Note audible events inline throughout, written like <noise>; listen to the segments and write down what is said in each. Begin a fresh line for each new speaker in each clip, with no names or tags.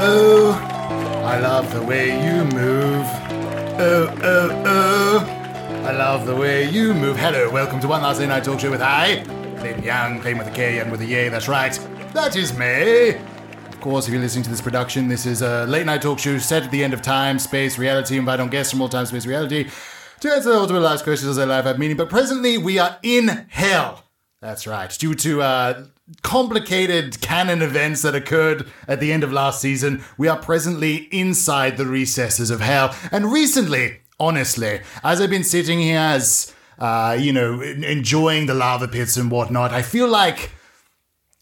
oh, love the way you move. Oh, oh, oh. I love the way you move. Hello, welcome to One Last Late Night Talk Show with I, Clayton Young, playing with a K and with a Yay, that's right. That is me. Of course, if you're listening to this production, this is a late night talk show set at the end of time, space, reality, invite on guests from all time, space, reality to answer the ultimate life's questions as their life have meaning. But presently, we are in hell. That's right, due to uh, complicated canon events that occurred at the end of last season, we are presently inside the recesses of hell. And recently, honestly, as I've been sitting here, as uh, you know, en- enjoying the lava pits and whatnot, I feel like.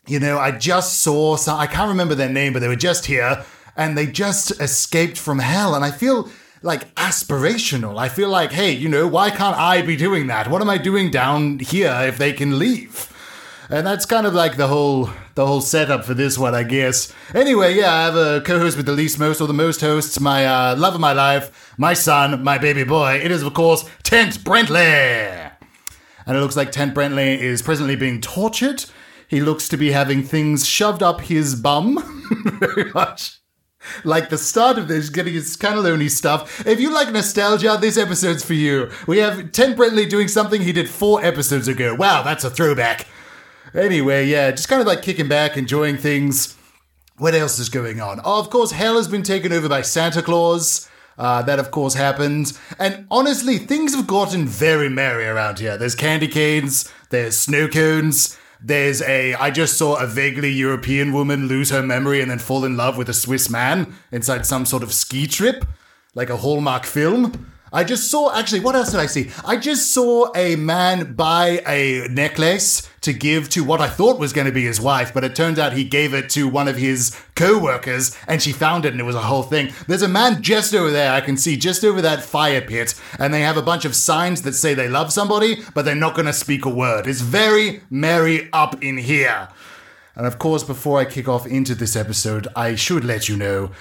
You know, I just saw some, I can't remember their name, but they were just here and they just escaped from hell. And I feel like aspirational. I feel like, hey, you know, why can't I be doing that? What am I doing down here if they can leave? And that's kind of like the whole the whole setup for this one, I guess. Anyway, yeah, I have a co-host with the least most or the most hosts, my uh, love of my life, my son, my baby boy. It is of course Tent Brentley and it looks like Tent Brentley is presently being tortured. He looks to be having things shoved up his bum, <laughs> very much. Like the start of this, getting his cannelloni stuff. If you like nostalgia, this episode's for you. We have Tent Brentley doing something he did four episodes ago. Wow, that's a throwback. Anyway, yeah, just kind of like kicking back, enjoying things. What else is going on? Oh, of course, hell has been taken over by Santa Claus. Uh, that, of course, happened. And honestly, things have gotten very merry around here. There's candy canes, there's snow cones, there's a. I just saw a vaguely European woman lose her memory and then fall in love with a Swiss man inside some sort of ski trip, like a Hallmark film. I just saw, actually, what else did I see? I just saw a man buy a necklace to give to what I thought was going to be his wife, but it turned out he gave it to one of his co workers and she found it and it was a whole thing. There's a man just over there, I can see, just over that fire pit, and they have a bunch of signs that say they love somebody, but they're not going to speak a word. It's very merry up in here. And of course, before I kick off into this episode, I should let you know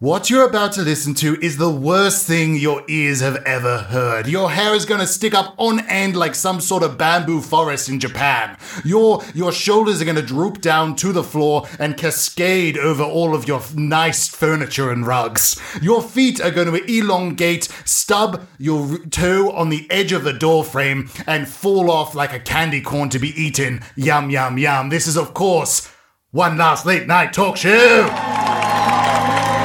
what you're about to listen to is the worst thing your ears have ever heard. Your hair is gonna stick up on end like some sort of bamboo forest in Japan. Your your shoulders are gonna droop down to the floor and cascade over all of your f- nice furniture and rugs. Your feet are gonna elongate, stub your r- toe on the edge of the doorframe, and fall off like a candy corn to be eaten. Yum yum yum. This is of course one last late night talk show. One last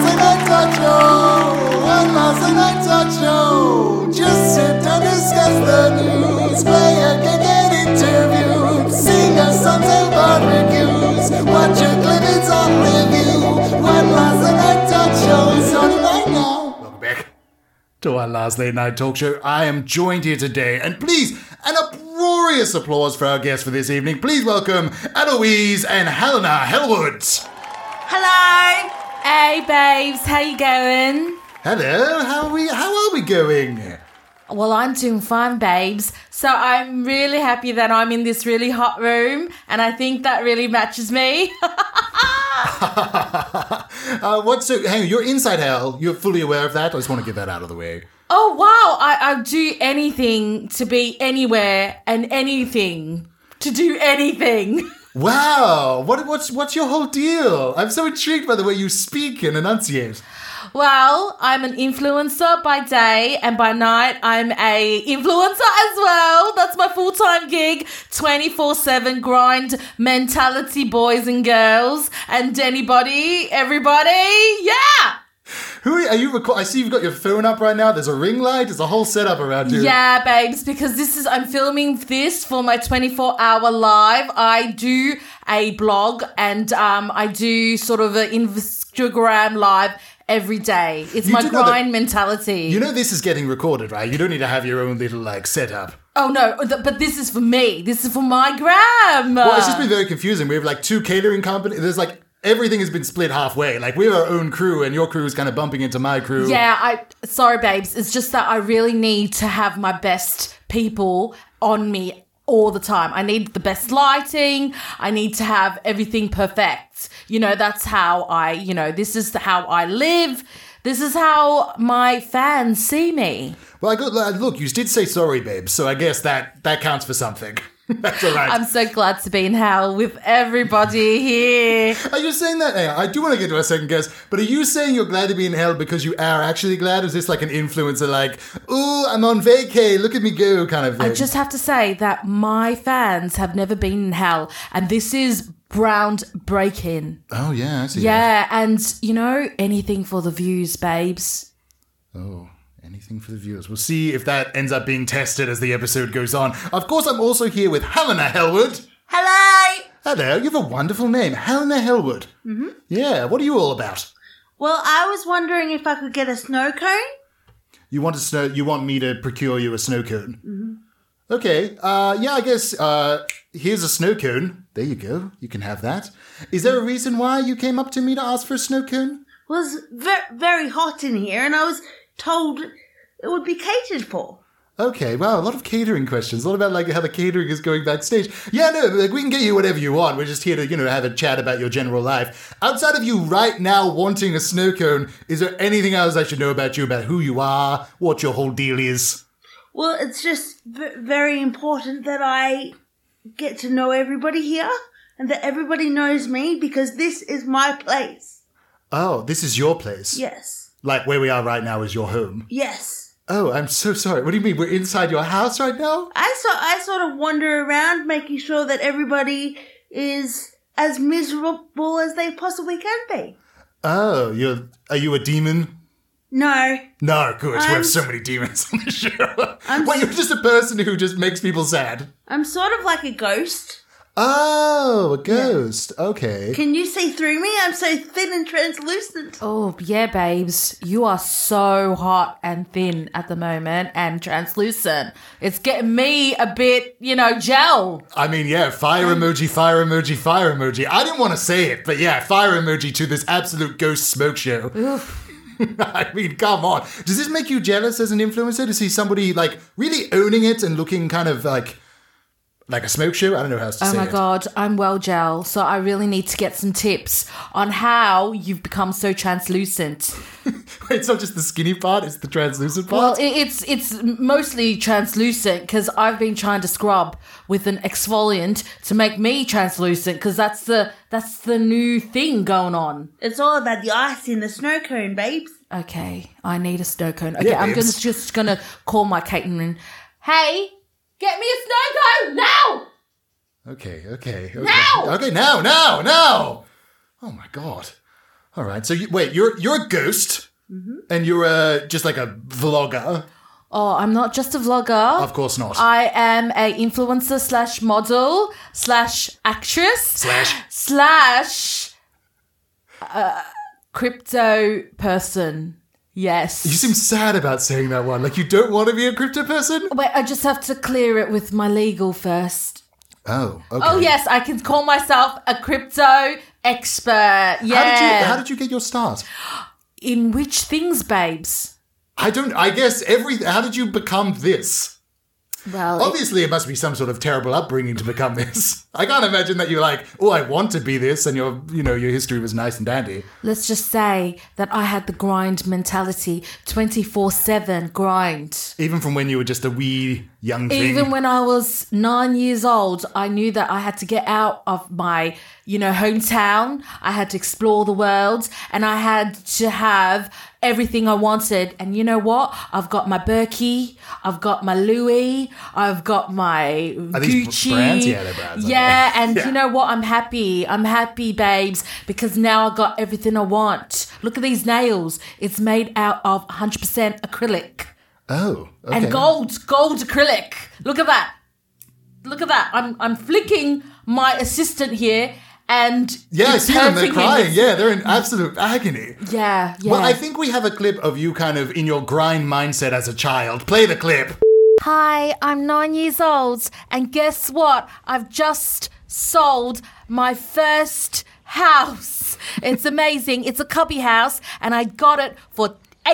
thing I touch you. One last thing I touch you. Just sit and discuss the news. Play a gig and interview. Sing a song to barbecues. Watch a clip, it's on review. One last thing I touch you. It's on right now. Welcome back to our last late night talk show. I am joined here today, and please, an uproarious applause for our guests for this evening. Please welcome Eloise and Helena Hellwood.
Hello. Hey, babes. How you going?
Hello, how are we how are we going?
Well, I'm doing fine, babes. So I'm really happy that I'm in this really hot room, and I think that really matches me. <laughs>
Uh, what's so hang on, you're inside hell. You're fully aware of that. I just want to get that out of the way.
oh wow! I, I'd do anything to be anywhere and anything to do anything. <laughs>
Wow, what what's what's your whole deal? I'm so intrigued by the way you speak and enunciate.
Well, I'm an influencer by day, and by night, I'm a influencer as well. That's my full time gig, twenty four seven grind mentality, boys and girls, and anybody, everybody, yeah.
Who are are you? Reco- I see you've got your phone up right now. There's a ring light. There's a whole setup around you.
Yeah, babes, because this is, I'm filming this for my 24 hour live. I do a blog and um, I do sort of an Instagram live every day. It's
You
my
do know that-
grind mentality.
You know this is getting recorded, right? You don't need to have your own little like setup.
Oh no, th- but this is for me. This is for my gram.
Well, it's just been very confusing. We have like two catering companies. There's like everything has been split halfway. Like we have our own crew, and your crew is kind of bumping into my crew.
Uh, yeah, I sorry babes, it's just that I really need to have my best people on me all the time. I need the best lighting. I need to have everything perfect. You know, that's how I, you know, this is how I live. This is how my fans see me.
Well, I got, uh, look, you did say sorry, babe, so I guess that that counts for something. <laughs> That's all right.
I'm so glad to be in hell with everybody here.
Are you saying that? Hey, I do want to get to a second guess, but are you saying you're glad to be in hell because you are actually glad? Or is this like an influencer, like, ooh, I'm on vacay, look at me go kind of thing?
I just have to say that my fans have never been in hell, and this is groundbreaking.
oh, yeah, I see.
Yeah, and you know, anything for the views, babes.
Oh, anything for the viewers. We'll see if that ends up being tested as the episode goes on. Of course, I'm also here with Helena Hellwood.
Hello.
Hello, you have a wonderful name, Helena Hellwood. Mm-hmm. Yeah, what are you all about?
Well, I was wondering if I could get a snow cone.
You want a snow? You want me to procure you a snow cone? Mm-hmm. Okay. Uh, yeah, I guess. Uh, here's a snow cone. There you go. You can have that. Is there a reason why you came up to me to ask for a snow cone?
It was ve- very hot in here, and I was told it would be catered for.
Okay, wow, a lot of catering questions. A lot about like how the catering is going backstage. Yeah, no, like we can get you whatever you want. We're just here to, you know, have a chat about your general life. Outside of you right now wanting a snow cone, is there anything else I should know about you, about who you are, what your whole deal is?
Well, it's just v- very important that I get to know everybody here and that everybody knows me because this is my place.
Oh, this is your place.
Yes.
Like where we are right now is your home.
Yes.
Oh, I'm so sorry. What do you mean? We're inside your house right now?
I so I sort of wander around making sure that everybody is as miserable as they possibly can be.
Oh, you're are you a demon?
No.
No, good. We
I'm-
have so many demons on the show.
I'm-
Well, you're just a person who just makes people sad.
I'm sort of like a ghost.
Oh, a ghost. Okay.
Can you see through me? I'm so thin and translucent.
Oh, yeah, babes. You are so hot and thin at the moment and translucent. It's getting me a bit, you know, gel.
I mean, yeah, fire
Um,
emoji, fire emoji, fire emoji. I didn't want to say it, but yeah, fire emoji to this absolute ghost smoke show. <laughs> I mean, come on. Does this make you jealous as an influencer to see somebody like really owning it and looking kind of like like a smoke show? I don't know how else to
Oh
say
my
it.
god, I'm well gel, so I really need to get some tips on how you've become so translucent.
<laughs> It's not just the skinny part, it's the translucent part.
Well, it, it's it's mostly translucent because I've been trying to scrub with an exfoliant to make me translucent because that's the that's the new thing going on.
It's all about the ice in the snow cone, babes.
Okay, I need a snow cone. Okay,
Yeah,
I'm gonna,
babes.
just gonna call my catering. Hey, get me a snow cone now!
Okay, okay. okay.
Now!
Okay, now, now, now! Oh my god. All right, so you, wait, you're you're a ghost,
Mm-hmm.
and you're uh, just like a vlogger.
Oh, I'm not just a vlogger.
Of course not.
I am a influencer slash model slash actress
Slash.
slash uh, crypto person. Yes.
You seem sad about saying that one. Like you don't want to be a crypto person.
Wait, I just have to clear it with my legal first.
Oh, okay.
Oh yes, I can call myself a crypto expert. Yeah.
How did you How did you get your start?
In which things, babes?
I don't. I guess every. How did you become this?
Well,
Obviously, it must be some sort of terrible upbringing to become this. I can't imagine that you're like, oh, I want to be this, and your, you know, your history was nice and dandy.
let's just say that I had the grind mentality, twenty four seven grind.
Even from when you were just a wee young thing.
Even when I was nine years old, I knew that I had to get out of my, you know, hometown. I had to explore the world and I had to have everything I wanted. And you know what? I've got my Berkey, I've got my Louis, I've got my
Are these br-
Gucci.
brands? Yeah, they're brands, aren't
Yeah,
<laughs>
and
Yeah.
you know what? I'm happy. I'm happy, babes, because now I got everything I want. Look at these nails. It's made out of 100% acrylic.
oh, okay.
And gold, gold acrylic. Look at that. Look at that. I'm I'm flicking my assistant here and
Yeah, I
it's
see them. They're
hurting him.
crying. Yeah, they're in absolute agony.
Yeah, yeah.
Well, I think we have a clip of you kind of in your grind mindset as a child. Play the clip.
Hi, I'm nine years old, and guess what? I've just sold my first house. It's amazing. it's a cubby house, and I got it for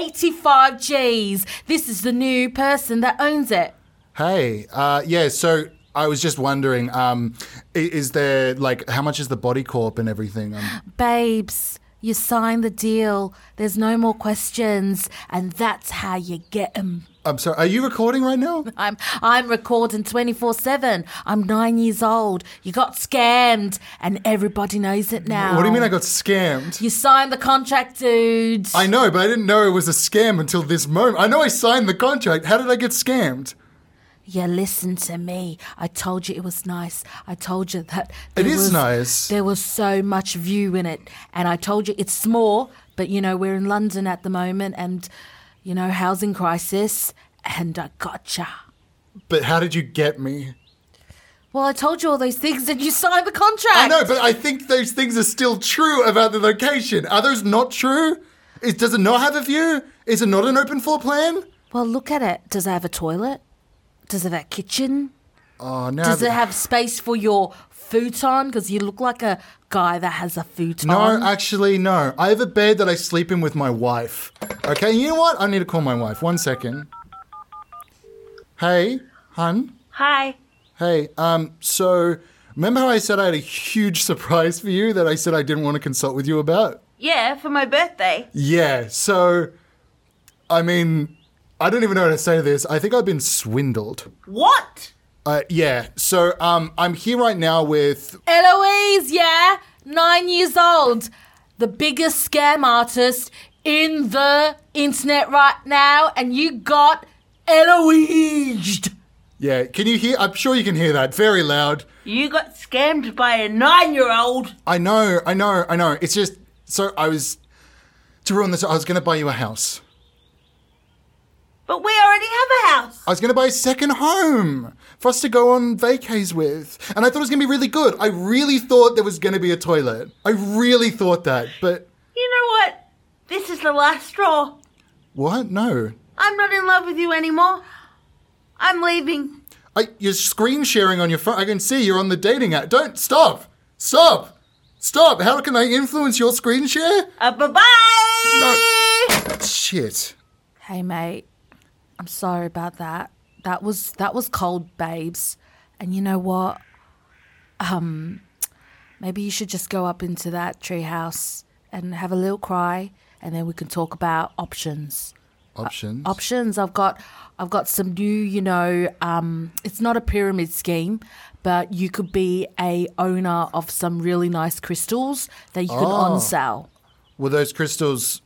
85 G's. This is the new person that owns it.
Hey, uh, yeah. So I was just wondering, um, i- is there like how much is the body corp and everything? Um,
babes, you sign the deal. There's no more questions, and that's how you get 'em.
I'm sorry. Are you recording right now?
I'm I'm recording 24/7. I'm 9 years old. You got scammed and everybody knows it now.
What do you mean I got scammed?
You signed the contract, dude.
I know, but I didn't know it was a scam until this moment. I know I signed the contract. How did I get scammed?
Yeah, listen to me. I told you it was nice. I told you that
It
there
is
was-
nice.
There was so much view in it, and I told you it's small. But you know we're in London at the moment, and you know housing crisis. And I gotcha.
But how did you get me?
Well, I told you all those things, and you signed the contract.
I know, but I think those things are still true about the location. Are those not true? It does it not have a view? Is it not an open floor plan?
Well, look at it. Does it have a toilet? Does it have a kitchen?
Oh no.
Does it have space for your futon? Because you look like a guy that has a futon.
no, actually, no. I have a bed that I sleep in with my wife. Okay, you know what? I need to call my wife. One second. Hey, hun.
Hi.
Hey, um, so remember how I said I had a huge <laughs> surprise for you that I said I didn't want to consult with you about?
Yeah, for my birthday.
Yeah, so I mean, I don't even know how to say this. I think I've been swindled.
What?
Uh, yeah, so um, I'm here right now with.
Eloise, yeah, nine years old, the biggest scam artist in the internet right now, and you got Eloised.
Yeah, can you hear? I'm sure you can hear that very loud.
You got scammed by a nine year old.
I know, I know, I know. It's just so I was to ruin this. I was going to buy you a house.
But we already have a house.
I was going to buy a second home for us to go on vacays with, and I thought it was going to be really good. I really thought there was going to be a toilet. I really thought that, but
You know what? This is the last straw.
what? No,
I'm not in love with you anymore. I'm leaving.
I, you're screen sharing on your phone. I can see you're on the dating app. Don't stop, stop, stop. How can I influence your screen share?
Uh, bye bye.
Shit.
Hey, mate, I'm sorry about that. That was that was cold, babes. And you know what? Um, maybe you should just go up into that treehouse and have a little cry, and then we can talk about options.
Options.
options. I've got I've got some new, you know, um, it's not a pyramid scheme, but you could be a owner of some really nice crystals that you could
Oh.
on sale.
Were those crystals?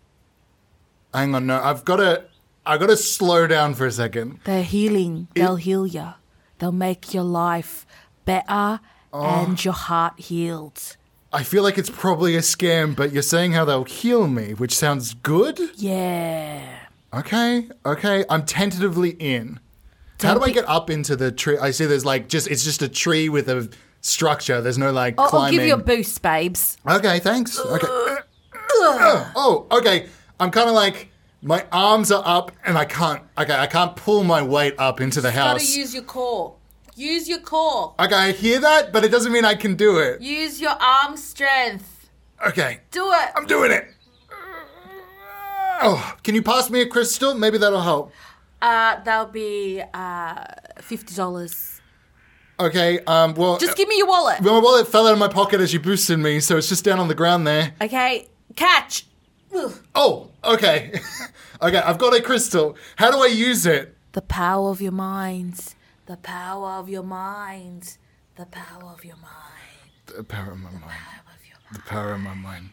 Hang on, no. I've got to. I got to slow down for a second.
They're healing. They'll heal you. They'll make your life better
Oh.
and your heart healed.
I feel like it's probably a scam, but you're saying how they'll heal me, which sounds good.
Yeah.
Okay, okay. I'm tentatively in. how do
Don't
I
be-
get up into the tree? I see there's like just it's just a tree with a structure. There's no like
I'll, I'll
climbing.
give you a boost, babes.
Okay, thanks. Okay. oh, okay. I'm kind of like my arms are up and I can't. Okay, I can't pull my weight up into the house.
use your core. Use your core.
okay, I hear that, but it doesn't mean I can do it.
Use your arm strength.
Okay,
Do it.
I'm doing it. Oh, can you pass me a crystal? Maybe that'll help.
Uh, that'll be uh, fifty dollars.
Okay. Um. Well,
Just give me your wallet.
my wallet fell out of my pocket as you boosted me, so it's just down on the ground there.
Okay, catch. Ugh.
Oh, okay. <laughs> okay, I've got a crystal. How do I use it?
The power of your mind. The power of your mind. The power of your mind.
The power of my mind.
Power of your mind.
The power of my mind.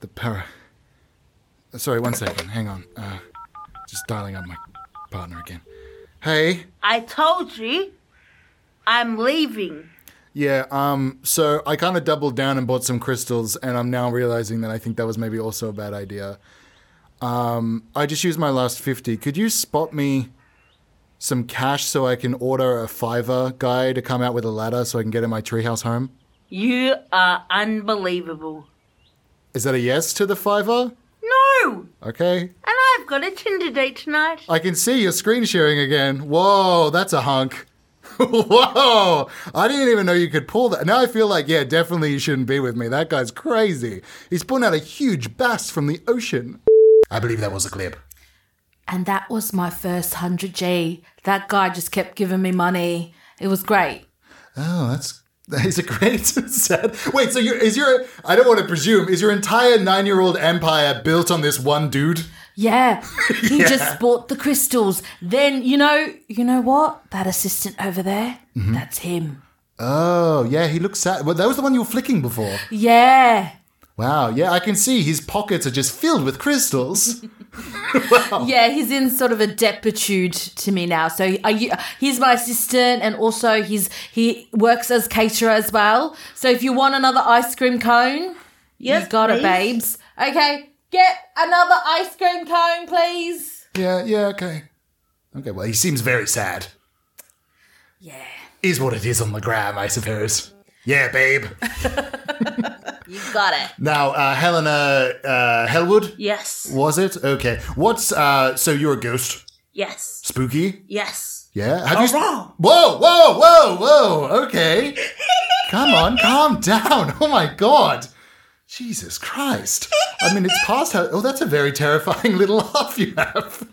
The power. Uh, Sorry, one second. Hang on. Uh, just dialing up my partner again. Hey.
I told you. I'm leaving.
Yeah. Um. So I kind of doubled down and bought some crystals, and I'm now realizing that I think that was maybe also a bad idea. Um. I just used my last fifty. Could you spot me some cash so I can order a fiver guy to come out with a ladder so I can get in my treehouse home?
You are unbelievable.
Is that a yes to the fiver?
No!
Okay.
And I've got a Tinder date tonight.
I can see your screen sharing again. Whoa, that's a hunk. <laughs> Whoa, I didn't even know you could pull that. Now I feel like, yeah, definitely you shouldn't be with me. That guy's crazy. He's pulling out a huge bass from the ocean. I believe that was a clip.
And that was my first 100G. That guy just kept giving me money. It was great.
Oh, that's. That is a great <laughs> set. Wait, so you is your I don't want to presume, is your entire nine year old empire built on this one dude?
Yeah, he
Yeah.
just bought the crystals. Then you know, you know what? That assistant over there, that's him.
Oh, yeah, he looks sad. Well, that was the one you were flicking before.
Yeah,
Wow, yeah, I can see his pockets are just filled with crystals.
yeah. He's in sort of a deputude to me now. So are you, he's my assistant, and also he's he works as caterer as well. So if you want another ice cream cone,
Yes,
you've got it,
please.
babes. Okay, get another ice cream cone, please.
Yeah, yeah, okay. Okay, well, he seems very sad.
Yeah,
Is what it is on the gram, I suppose. Yeah, babe.
you got it.
Now, uh, Helena uh, Hellwood,
Yes.
was it? Okay. What's, uh, so you're a ghost?
Yes.
Spooky?
Yes.
Yeah? Have you.
wrong.
Whoa, whoa, whoa, whoa, okay. Come on, calm down. Oh my god. Jesus Christ. I mean, it's past how. Oh, that's a very terrifying <laughs> little laugh you have.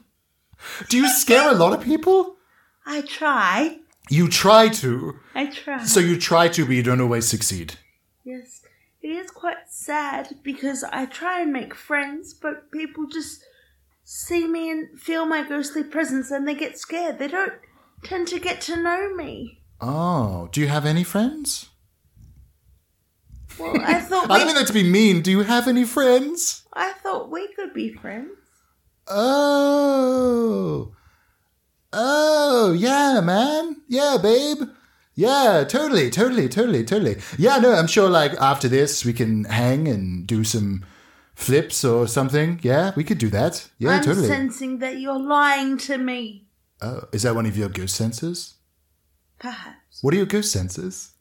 Do you scare a lot of people?
I try.
You try to.
I try.
So you try to, but you don't always succeed.
Yes, it is quite sad because I try and make friends, but people just see me and feel my ghostly presence and they get scared. They don't tend to get to know me.
Oh, do you have any friends? <laughs>
Well, I thought
I don't mean uh,
we,
that to be mean. Do you have any friends?
I thought we could be friends.
Oh. Oh, yeah, man. Yeah, babe. Yeah, totally, totally, totally, totally. Yeah, no, I'm sure like after this we can hang and do some flips or something. Yeah, we could do that. Yeah,
I'm
totally.
sensing that you're lying to me.
oh, is that one of your ghost senses?
Perhaps
What are your ghost senses?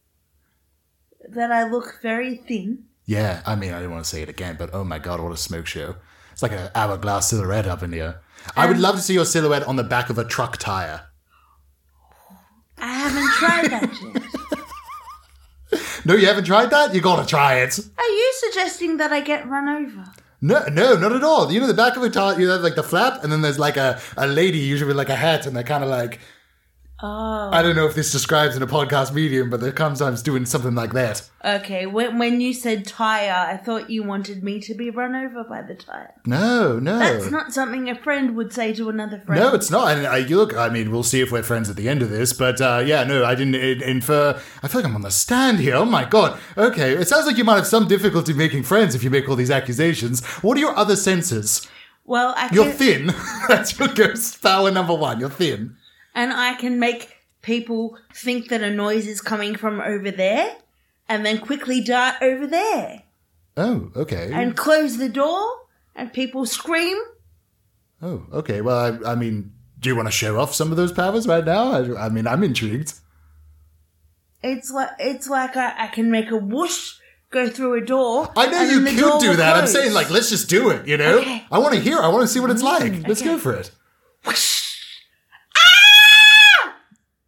that I look very thin.
Yeah, I mean, I didn't want to say it again, but oh my god, what a smoke show. It's like an hourglass silhouette up in here. I
Um,
would love to see your silhouette on the back of a truck tire.
I haven't tried that
<laughs>
yet.
No, you haven't tried that? You gotta try it.
Are you suggesting that I get run over?
No, no, not at all. You know, the back of a tire, you have like the flap, and then there's like a, a lady, usually with like a hat, and they're kind of like,
Oh,
I don't know if this describes in a podcast medium, but they're sometimes doing something like that.
okay. When when you said tire, I thought you wanted me to be run over by the tire.
No, no.
That's not something a friend would say to another friend.
Oh. No, it's not. And I, you look, I mean, we'll see if we're friends at the end of this, but uh, yeah, no, I didn't in- infer. I feel like I'm on the stand here. Oh my god. Okay, it sounds like you might have some difficulty making friends if you make all these accusations. What are your other senses?
well, I
You're
can,
thin. <laughs> That's your ghost power number one. You're thin.
and I can make people think that a noise is coming from over there, and then quickly dart over there
Oh, okay.
and close the door, and people scream.
oh, okay. Well, I, I mean, do you want to show off some of those powers right now? I, I mean, I'm intrigued.
It's like it's like I, I can make a whoosh go through a door.
I know
and
you
then the door
could do
will
that. I'm
close.
saying, like, let's just do it, you know?
Okay. Mm-hmm.
I want to hear. I want to see what it's like. Let's go for it. Ah!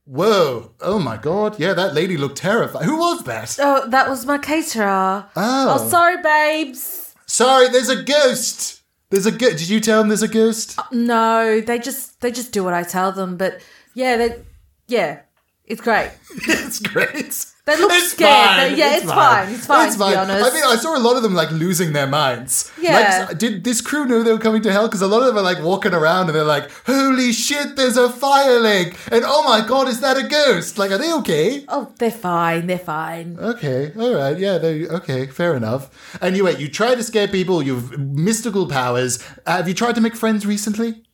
Whoa. Oh my god. Yeah, that lady looked terrified. Who was that?
Oh, that was my caterer.
Oh.
Oh, sorry, babes.
Sorry, there's a ghost. There's a ghost. Did you tell him there's a ghost?
No, they just they just do what I tell them. But yeah, they yeah, it's great.
it's great.
They look scared. They- yeah, it's fine. It's fine,
It's
to be honest.
I mean, I saw a lot of them like losing their minds.
Yeah.
Like, s- did this crew know they were coming to hell? Because a lot of them are like walking around and they're like, "Holy shit, there's a fire lake!" And oh my god, is that a ghost? Like, are they okay?
Oh, they're fine. They're fine.
Okay, all right, yeah, they okay, fair enough. Anyway, you try to scare people. You've mystical powers. Uh, have you tried to make friends recently?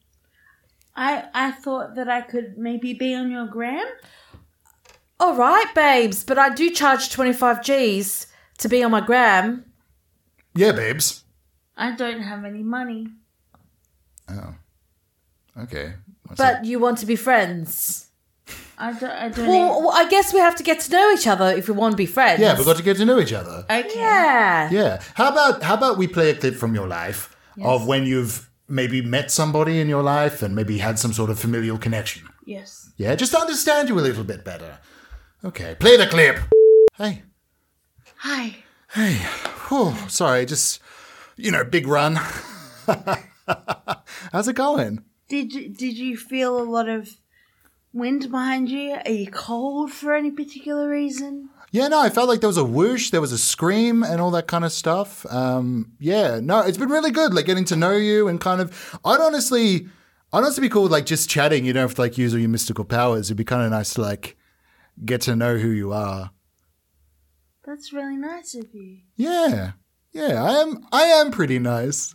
I I thought that I could maybe be on your gram.
All right, babes. But I do charge twenty five G's to be on my gram.
Yeah, babes.
I don't have any money.
Oh, okay. What's that?
But you want to be friends.
I don't. I don't.
Well, well, I guess we have to get to know each other if we want to be friends.
yeah, we've got to get to know each other.
even- okay.
yeah.
Yeah. How about how about we play a clip from your life of when you've maybe met somebody in your life and maybe had some sort of familial connection.
Yes.
Yeah, just to understand you a little bit better. Okay, play the clip. Hey.
Hi.
Oh, sorry, just you know, big run. <laughs> How's it going?
Did you, did you feel a lot of wind behind you? Are you cold for any particular reason?
Yeah, no, I felt like there was a whoosh, there was a scream, and all that kind of stuff. Um, yeah, no, it's been really good, like getting to know you and kind of. I'd honestly, I'd honestly be cool with like just chatting. You don't have to like use all your mystical powers. It'd be kind of nice to like get to know who you are.
That's really nice of you.
Yeah, yeah, I am. I am pretty nice.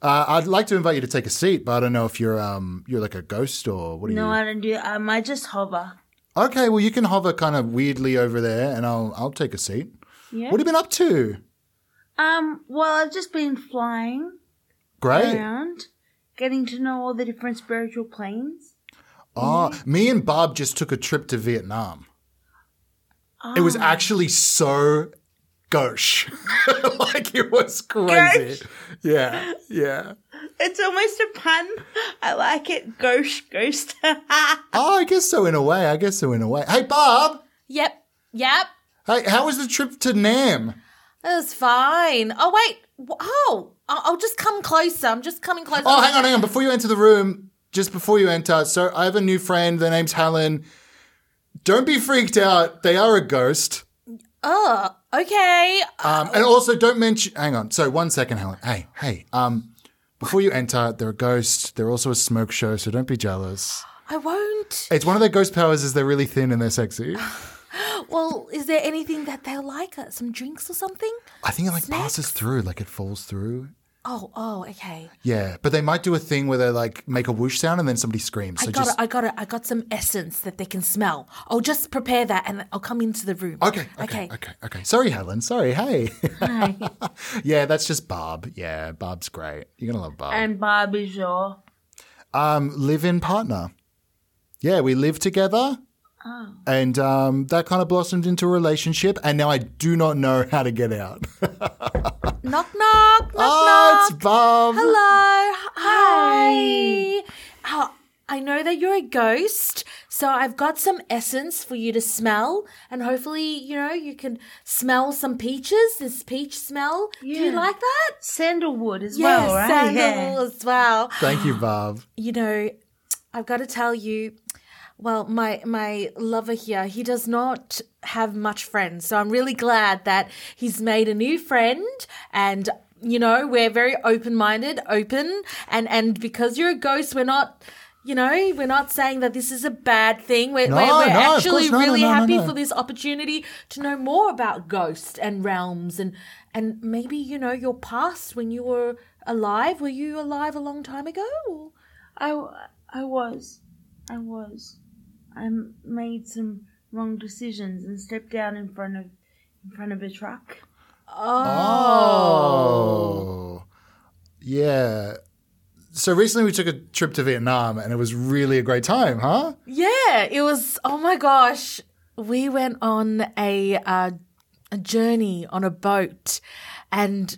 Uh, I'd like to invite you to take a seat, but I don't know if you're um you're like a ghost or what are
No,
you?
I don't do. Um, I just hover.
Okay, well you can hover kind of weirdly over there, and I'll I'll take a seat.
Yeah.
What have you been up to?
Um. Well, I've just been flying
Great.
around, getting to know all the different spiritual planes.
Oh, me and Bob just took a trip to Vietnam. It was actually so gauche. <laughs> like it was crazy. Yeah. Yeah.
It's almost a pun. I like it. Ghost, ghost. <laughs>
Oh, I guess so in a way. I guess so in a way. Hey Bob.
Yep. Yep.
Hey, how was the trip to Nam?
That's fine. Oh wait. W- Oh, I- I'll just come closer. I'm just coming closer.
Oh, hang on, hang on. Before you enter the room, just before you enter, so I have a new friend. Their name's Helen. Don't be freaked out. They are a ghost.
Oh, okay.
Um, and also, don't mention. Hang on. So, one second, Helen. Hey, hey. Um, before you enter, they're a ghost. They're also a smoke show, so don't be jealous.
I won't.
It's one of their ghost powers is they're really thin and they're sexy.
Well, is there anything that they'll like? Uh, Some drinks or something?
I think it like passes through, like it falls through.
Oh, oh, okay.
Yeah, but they might do a thing where they like make a whoosh sound and then somebody screams. So
I got
just
it. I got it. I got some essence that they can smell. I'll just prepare that and I'll come into the room.
Okay, okay, okay, okay, Sorry, Helen. Sorry. Hey. <laughs> yeah, that's just Bob. Yeah, Bob's great. You're gonna love Bob.
and Barbie's your.
um, live-in partner. Yeah, we live together. Oh. And um, that kind of blossomed into a relationship, and now I do not know how to get out. <laughs>
Knock, knock, knock,
oh,
knock.
it's Bob.
Hello. Hi. Oh, I know that you're a ghost, so I've got some essence for you to smell, and hopefully, you know, you can smell some peaches. This peach smell. Do you
Yeah.
like that?
Sandalwood as well, right?
sandal as well.
Thank you, Bob.
you know, I've got to tell you, well, my my lover here, he does not have much friends. So I'm really glad that he's made a new friend and you know, we're very open-minded, open and and because you're a ghost, we're not you know, we're not saying that this is a bad thing. We're,
No,
we're, we're
no, of
actually
course, no, no,
really
no, no,
happy
no.
for this opportunity to know more about ghosts and realms and and maybe you know your past when you were alive. Were you alive a long time ago? Or?
I, w- I was. I was. I m- made some wrong decisions and stepped down in front of in front of a truck.
Oh. Yeah. So recently we took a trip to Vietnam and it was really a great time, huh?
Yeah, it was. Oh my gosh, we went on a uh, a journey on a boat, and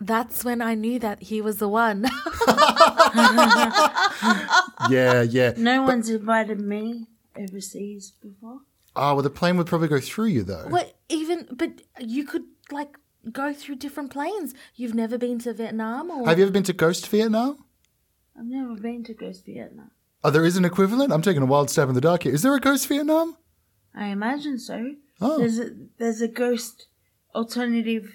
that's when I knew that he was the one. <laughs>
Yeah, yeah.
No one's invited me overseas before.
Oh, well, the plane would probably go through you though.
but even but you could like go through different planes. You've never been to Vietnam or
Have you ever been to Ghost Vietnam?
I've never been to Ghost Vietnam.
Oh, there is an equivalent? I'm taking a wild stab in the dark here. Is there a Ghost Vietnam?
I imagine so.
Oh.
There's a there's a ghost alternative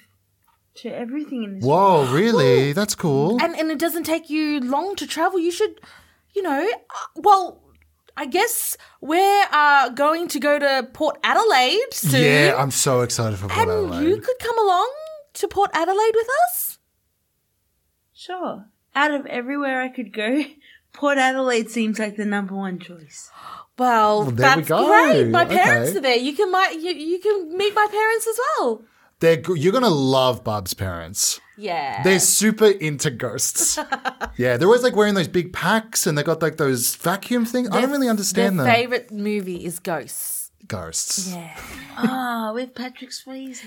to everything in this.
Whoa, really? That's cool.
and and it doesn't take you long to travel. You should, you know, uh, well. I guess we're uh, going to go to Port Adelaide soon.
Yeah, I'm so excited for Port
and you
Adelaide.
could come along to Port Adelaide with us.
Sure. Out of everywhere I could go, <laughs> Port Adelaide seems like the number one choice.
Well,
there we
that's
go.
great. My parents
Okay.
are there. You can my you, you can meet my parents as well.
They're, gr- you're going to love Bob's parents.
Yeah.
They're super into
<laughs>
ghosts. yeah, they're always like wearing those big packs and they got like those vacuum things. I don't really understand
Their
them.
favorite movie is Ghosts.
ghosts.
Yeah.
Ah, with Patrick Swayze.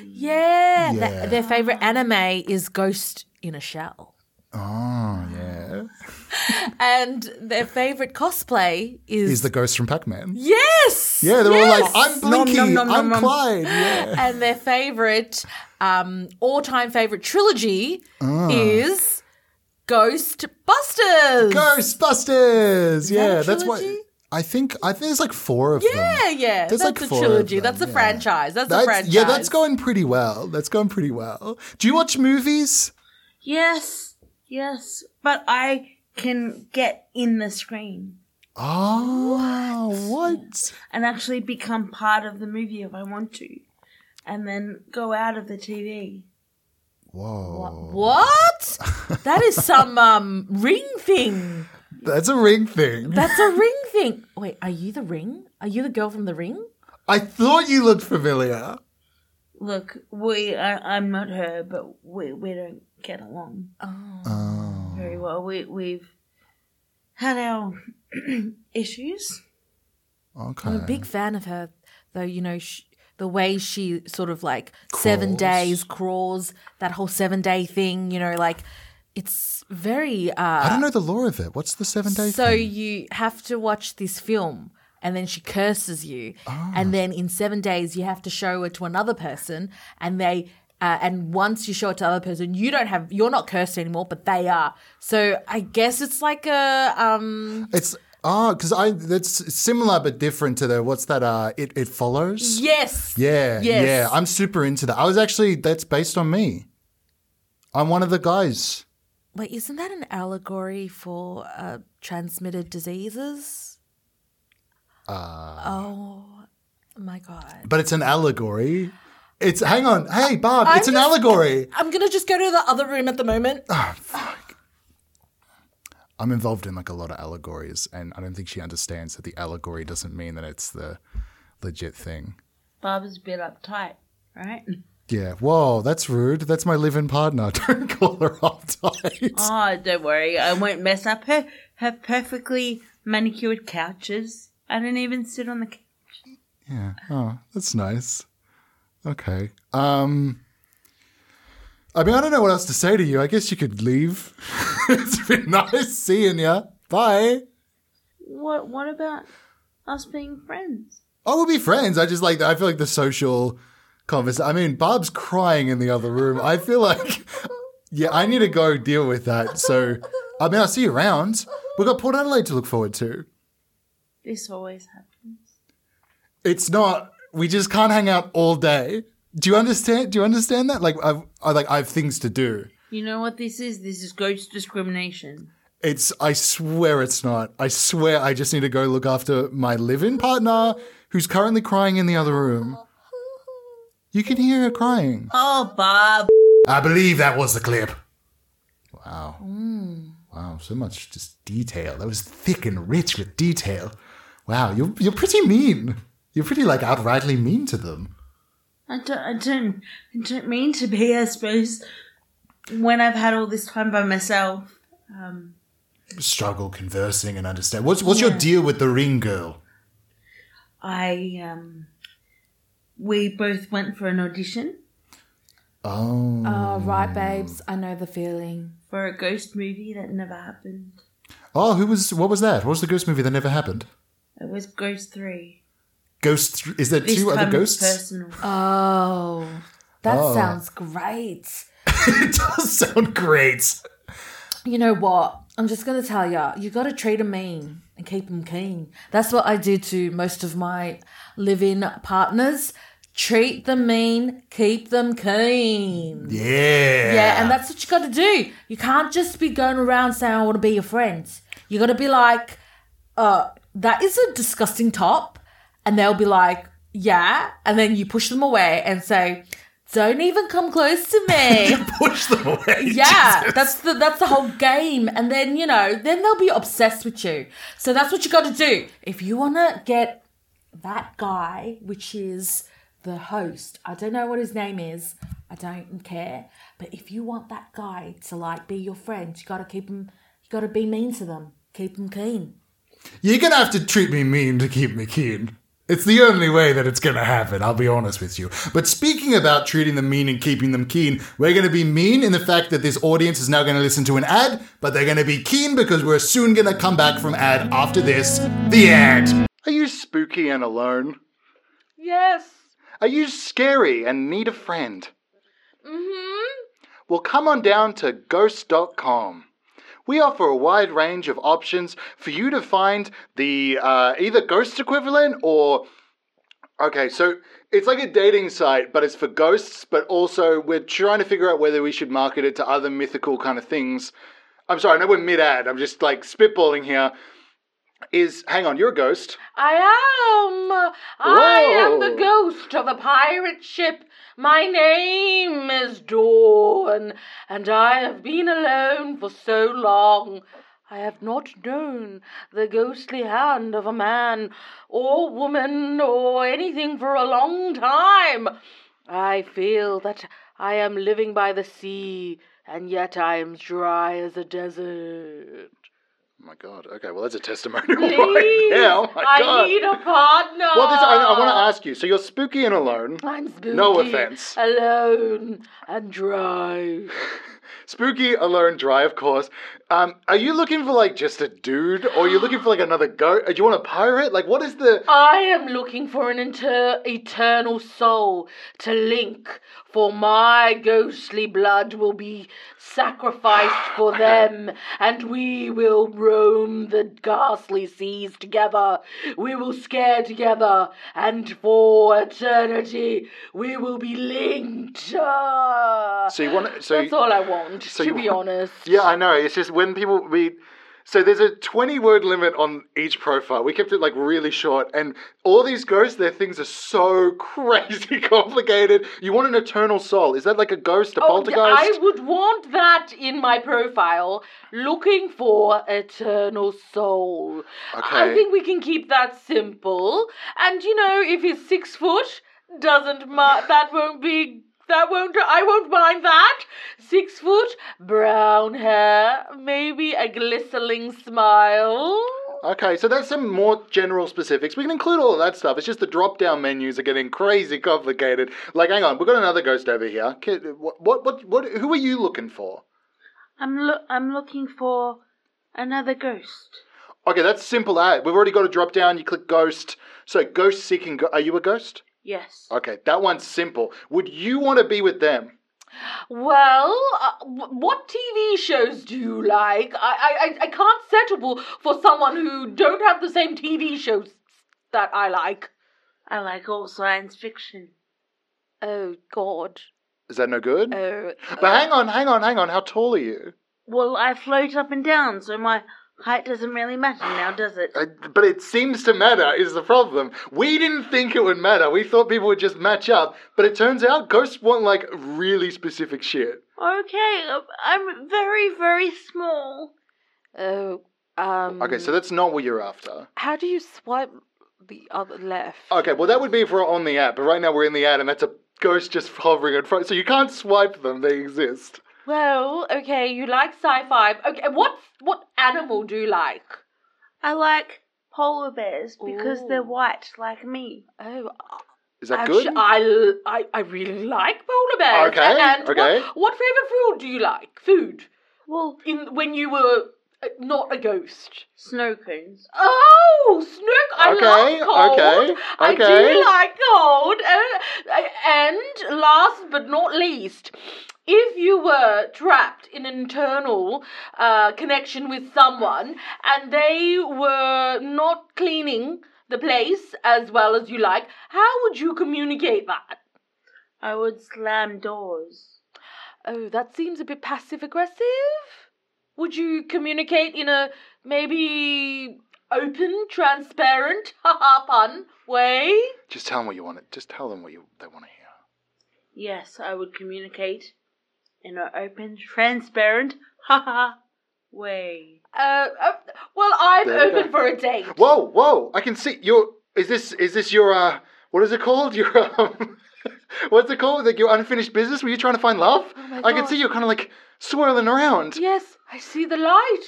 Yeah.
Yeah. Their, their favorite anime is Ghost in a Shell.
Oh, yeah.
And their favorite cosplay is,
Is the ghost from Pac Man.
Yes.
Yeah, they're
yes!
all like, I'm Blinky,
nom, nom,
I'm
nom, nom.
Clyde. Yeah.
<laughs> and their favorite um all-time favorite trilogy
Ah.
is Ghostbusters.
Ghostbusters. Yeah,
a
that's what.
trilogy?
I think I think there's like four of them.
Yeah, yeah.
There's,
that's
like,
a
four of
trilogy.
them,
that's a
yeah.
franchise. That's, a
That's,
franchise.
yeah, that's going pretty well. That's going pretty well. Do you watch movies?
Yes, yes, but I can get in the screen
Oh, what?
and actually become part of the movie if I want to, and then go out of the TV.
Whoa. <laughs>
What? that is some um ring thing.
That's a ring thing.
That's a ring thing. Wait, are you the ring? Are you the girl from the ring?
I thought you looked familiar.
Look, we I, I'm not her, but we we don't get along
Oh.
very well. We we've had our <clears throat> issues.
Okay.
I'm a big fan of her, though. You know, sh the way she sort of like seven
Crawls.
days crawls that whole seven day thing. You know, like it's very.
I
uh
don't know the lore of it. What's the seven day
So
thing?
you have to watch this film. And then she curses you,
Ah.
and then in seven days you have to show it to another person, and they, uh, and once you show it to other person, you don't have, you're not cursed anymore, but they are. So I guess it's like a, um,
It's ah, because I that's similar but different to the what's that? Uh, it it follows.
yes,
Yeah,
Yes.
yeah. I'm super into that. I was actually that's based on me. I'm one of the guys.
Wait, isn't that an allegory for uh, transmitted diseases?
Uh.
oh my god!
But it's an allegory. It's hang on, hey Barb,
I'm
it's an
just-
allegory.
I'm gonna just go to the other room at the moment.
I'm involved in like a lot of allegories, and I don't think she understands that the allegory doesn't mean that it's the legit thing.
Barbara's a bit uptight, right?
Yeah. Whoa, that's rude. That's my living partner. <laughs> Don't call her up tight.
Oh, don't worry, I won't mess up her her perfectly manicured couches. I don't even sit on the. cou-
Yeah. Oh, that's nice. Okay. Um. I mean, I don't know what else to say to you. I guess you could leave. <laughs> it's been nice seeing you. Bye.
What What about us being friends?
Oh, we'll be friends. I just like I feel like the social conversation. I mean, Bob's crying in the other room. I feel like, yeah, I need to go deal with that. So, I mean, I'll see you around. We've got Port Adelaide to look forward to.
This always happens.
It's not. We just can't hang out all day. Do you understand? Do you understand that? Like, I've, I like I have things to do.
You know what this is? This is ghost discrimination.
It's. I swear it's not. I swear I just need to go look after my live-in partner, who's currently crying in the other room. You can hear her crying.
Oh, Bob.
I believe that was the clip. Wow. Wow, so much just detail. That was thick and rich with detail. Wow, you're, you're pretty mean. You're pretty, like, outrightly mean to them.
I don't, I don't, I don't mean to be. I suppose when I've had all this time by myself,
Struggle conversing and understand. What's, what's your deal with the ring girl?
I um, we both went for an audition
Oh.
Oh, right, babes. I know the feeling.
for a ghost movie that never happened.
oh, who was, what was that? What was the ghost movie that never happened?
It was Ghost Three.
Ghost, is there two other
time it was
ghosts? <laughs>
Personal.
Oh, that
Oh.
sounds great.
it does sound great.
You know what? I'm just gonna tell ya, you gotta treat 'em mean and keep 'em keen. That's what I do to most of my live-in partners. Treat them mean, keep them keen.
Yeah.
Yeah, and that's what you gotta do. You can't just be going around saying I wanna be your friend. You gotta be like, uh, that is a disgusting top. And they'll be like, yeah. And then you push them away and say, don't even come close to me.
Push them away. <laughs>
Yeah, that's the that's the whole game. And then, you know, then they'll be obsessed with you. So that's what you got to do. If you want to get that guy, which is the host, I don't know what his name is. I don't care. But if you want that guy to like be your friend, you got to keep him you got to be mean to them. Keep them keen.
You're gonna have to treat me mean to keep me keen. It's the only way that it's gonna happen, I'll be honest with you. But speaking about treating them mean and keeping them keen, we're gonna be mean in the fact that this audience is now gonna listen to an ad, but they're gonna be keen because we're soon gonna come back from ad after this. The ad! Are you spooky and alone?
Yes.
Are you scary and need a friend?
Mhm.
Well, come on down to ghost.com. we offer a wide range of options for you to find the uh, either ghost equivalent or. Okay, so it's like a dating site, but it's for ghosts, but also we're trying to figure out whether we should market it to other mythical kind of things. I'm sorry, I know we're mid ad. I'm just like spitballing here. Is hang on, you're a ghost.
I am. I am the ghost of a pirate ship. My name is Dawn, and I have been alone for so long. I have not known the ghostly hand of a man or woman or anything for a long time. I feel that I am living by the sea, and yet I am dry as
<laughs>
a desert.
Oh my god. Okay, well that's a testimonial <laughs> right now. Oh my
I
god.
need a partner.
well, this, I, I want to ask you. So you're spooky and alone.
I'm spooky.
No offense.
Alone and dry.
Spooky, alone, dry, of course. Um, are you looking for like just a dude, or are you looking for like another goat? Do you want a pirate? Like, what is the?
I am looking for an inter- eternal soul to link, for my ghostly blood will be sacrificed for them, and we will roam the ghastly seas together. We will scare together, and for eternity we will be linked. Ah.
So you want? So
That's all I want,
so
to
you
be
want-
honest.
Yeah, I know. It's just when people we so there's a 20 word limit on each profile. We kept it like really short, and all these ghosts, their things are so <laughs> crazy complicated. You want an eternal soul? Is that like a ghost, a
Oh, d-
poltergeist?
I would want that in my profile, looking for eternal soul. I
Okay.
think we can keep that simple. And you know, if he's six foot, doesn't ma- that won't be that won't I won't mind that. Six foot, brown hair, maybe a glistening smile.
Okay, so that's some more general specifics. We can include all of that stuff. It's just the drop down menus are getting crazy complicated. Like, hang on, we've got another ghost over here. Kid- What, what, what, what who are you looking for?
I'm look. I'm looking for another ghost.
Okay, that's simple ad. We've already got a drop down. You click ghost. So, ghost seeking. Go- are you a ghost?
Yes.
Okay, that one's simple. Would you want to be with them?
Well, uh, wh- what TV shows do you like? I, I, I- I can't settle for someone who don't have the same TV shows that I like.
I like all science fiction.
Oh God.
Is that no good?
Oh.
but hang on, hang on, hang on. How tall are you?
Well, I float up and down, so my height doesn't really matter now, does it?
Uh, but it seems to matter, is the problem. We didn't think it would matter. We thought people would just match up. But it turns out ghosts want like really specific shit.
Okay, uh, I'm very, very small.
Oh. Um.
Okay, so that's not what you're after.
how do you swipe the other left?
Okay, well, that would be if we're on the app. But right now we're in the ad and that's a ghost just hovering in front. So you can't swipe them, they exist.
Well, okay. You like sci-fi. Okay. What what animal do you like?
I like polar bears because they're
Ooh.
white, like me.
Oh,
Is that
actually,
good?
I, l- I I really like polar bears.
Okay,
And
okay.
What, what favorite food do you like? Food.
Well,
in when you were uh, not a ghost.
snow cones.
Oh, Snook! I
Okay,
love cold.
okay,
I
okay.
do like cold. Uh, and last but not least, if you were trapped in an internal uh, connection with someone and they were not cleaning the place as well as you like, how would you communicate that?
I would slam doors.
Oh, that seems a bit passive aggressive. Would you communicate in a maybe open, transparent, <laughs> haha pun way?
Just tell them what you want. Just tell them what you they want to hear.
Yes, I would communicate in an open, transparent, <laughs> haha, way.
Uh, uh well, I'm
There we
open
go.
for a date.
Whoa, whoa! I can see your. Is this is this your uh? What is it called? <laughs> Your um. What's it called? Like your unfinished business? Were you trying to find love?
my
I can
God.
see you're kind of like swirling around.
Yes, I see the light.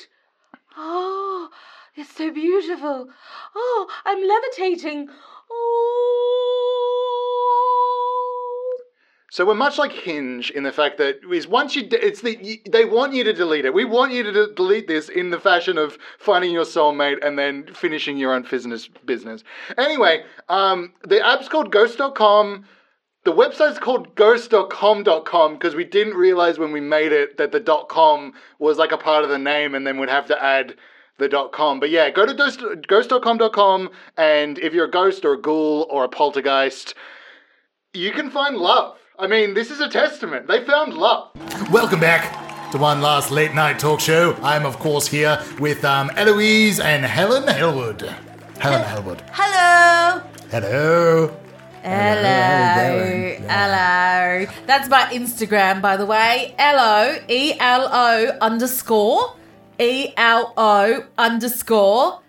Oh, it's so beautiful. Oh, I'm levitating. Oh.
So we're much like Hinge in the fact that is once you, de- it's the y- they want you to delete it. We want you to de- delete this in the fashion of finding your soulmate and then finishing your own business. Business. Anyway, um, the app's called Ghost.com.
The website's called ghost.com.com because we didn't realize when we made it that the .com was like a part of the name and then we'd have to add the .com. But yeah, go to ghost, ghost.com.com and if you're a ghost or a ghoul or a poltergeist, you can find love. I mean, this is a testament. They found love.
Welcome back to one last late night talk show. I'm, of course, here with um, Eloise and Helen Hellwood. Helen Hellwood.
Hello.
Hello.
Hello.
Hello.
Hello. That's my Instagram, by the way. Hello. E L O underscore. E L O underscore.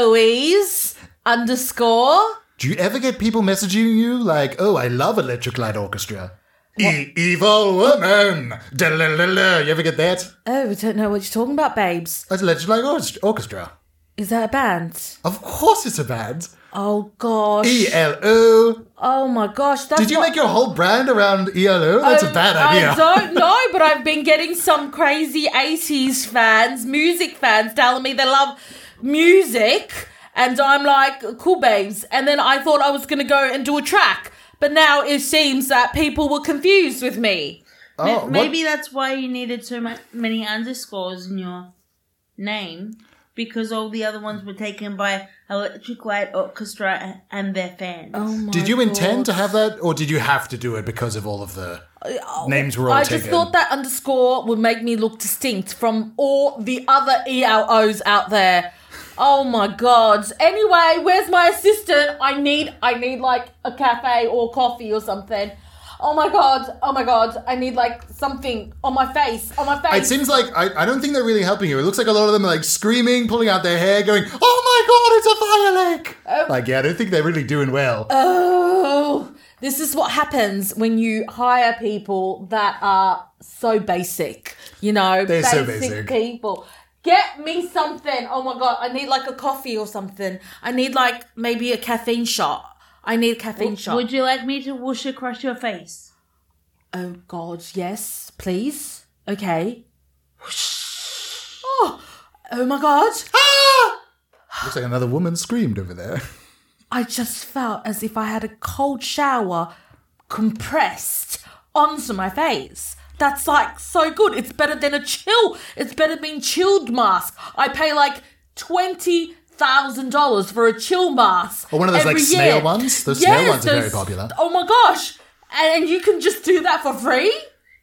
Eloise underscore.
Do you ever get people messaging you like, oh, I love Electric Light Orchestra? E- evil woman. Da-la-la-la. You ever get that?
Oh, we don't know what you're talking about, babes.
That's Electric Light Orchest- Orchestra.
Is that a band?
Of course it's a band.
Oh gosh.
ELO.
oh my gosh. That's
E Did you
what-
make your whole brand around ELO? That's a
Um,
bad idea.
I don't know, but I've been getting some crazy 80s fans, music fans, telling me they love music. And I'm like, cool, babes. And then I thought I was going to go and do a track. But now it seems that people were confused with me.
Ma-
Oh, what-
Maybe that's why you needed so mu- many underscores in your name because all the other ones were taken by Electric Light Orchestra and their fans.
Oh my
Did you intend to
God.
have that, or did you have to do it because of all of the names were all
Uh, I
taken?
just thought that underscore would make me look distinct from all the other ELOs out there. Oh my god. Anyway, where's my assistant? I need I need like a cafe or coffee or something. Oh my god. Oh my god. I need like something on my face. On my
it
face.
seems like I, I don't think they're really helping you. It looks like a lot of them are like screaming, pulling out their hair, going, "Oh my god, it's a fire lake!" like yeah, I don't think they're really doing well.
Uh.
oh. This is what happens when you hire people that are so basic. You know,
They're so basic.
people. Get me something. Oh my god, I need like a coffee or something. I need like maybe a caffeine shot. I need a caffeine shot.
Would you like me to whoosh across your face?
oh god, yes, please. Okay. Oh, oh my god.
Ah! looks like another woman screamed over there.
I just felt as if I had a cold shower compressed onto my face. That's like so good. It's better than a chill. It's better than chilled mask. I pay like twenty thousand dollars for a chill mask.
Or one of those, like,
every
snail
year.
ones? Those snail ones are very
those-
popular.
Oh my gosh! And you can just do that for free.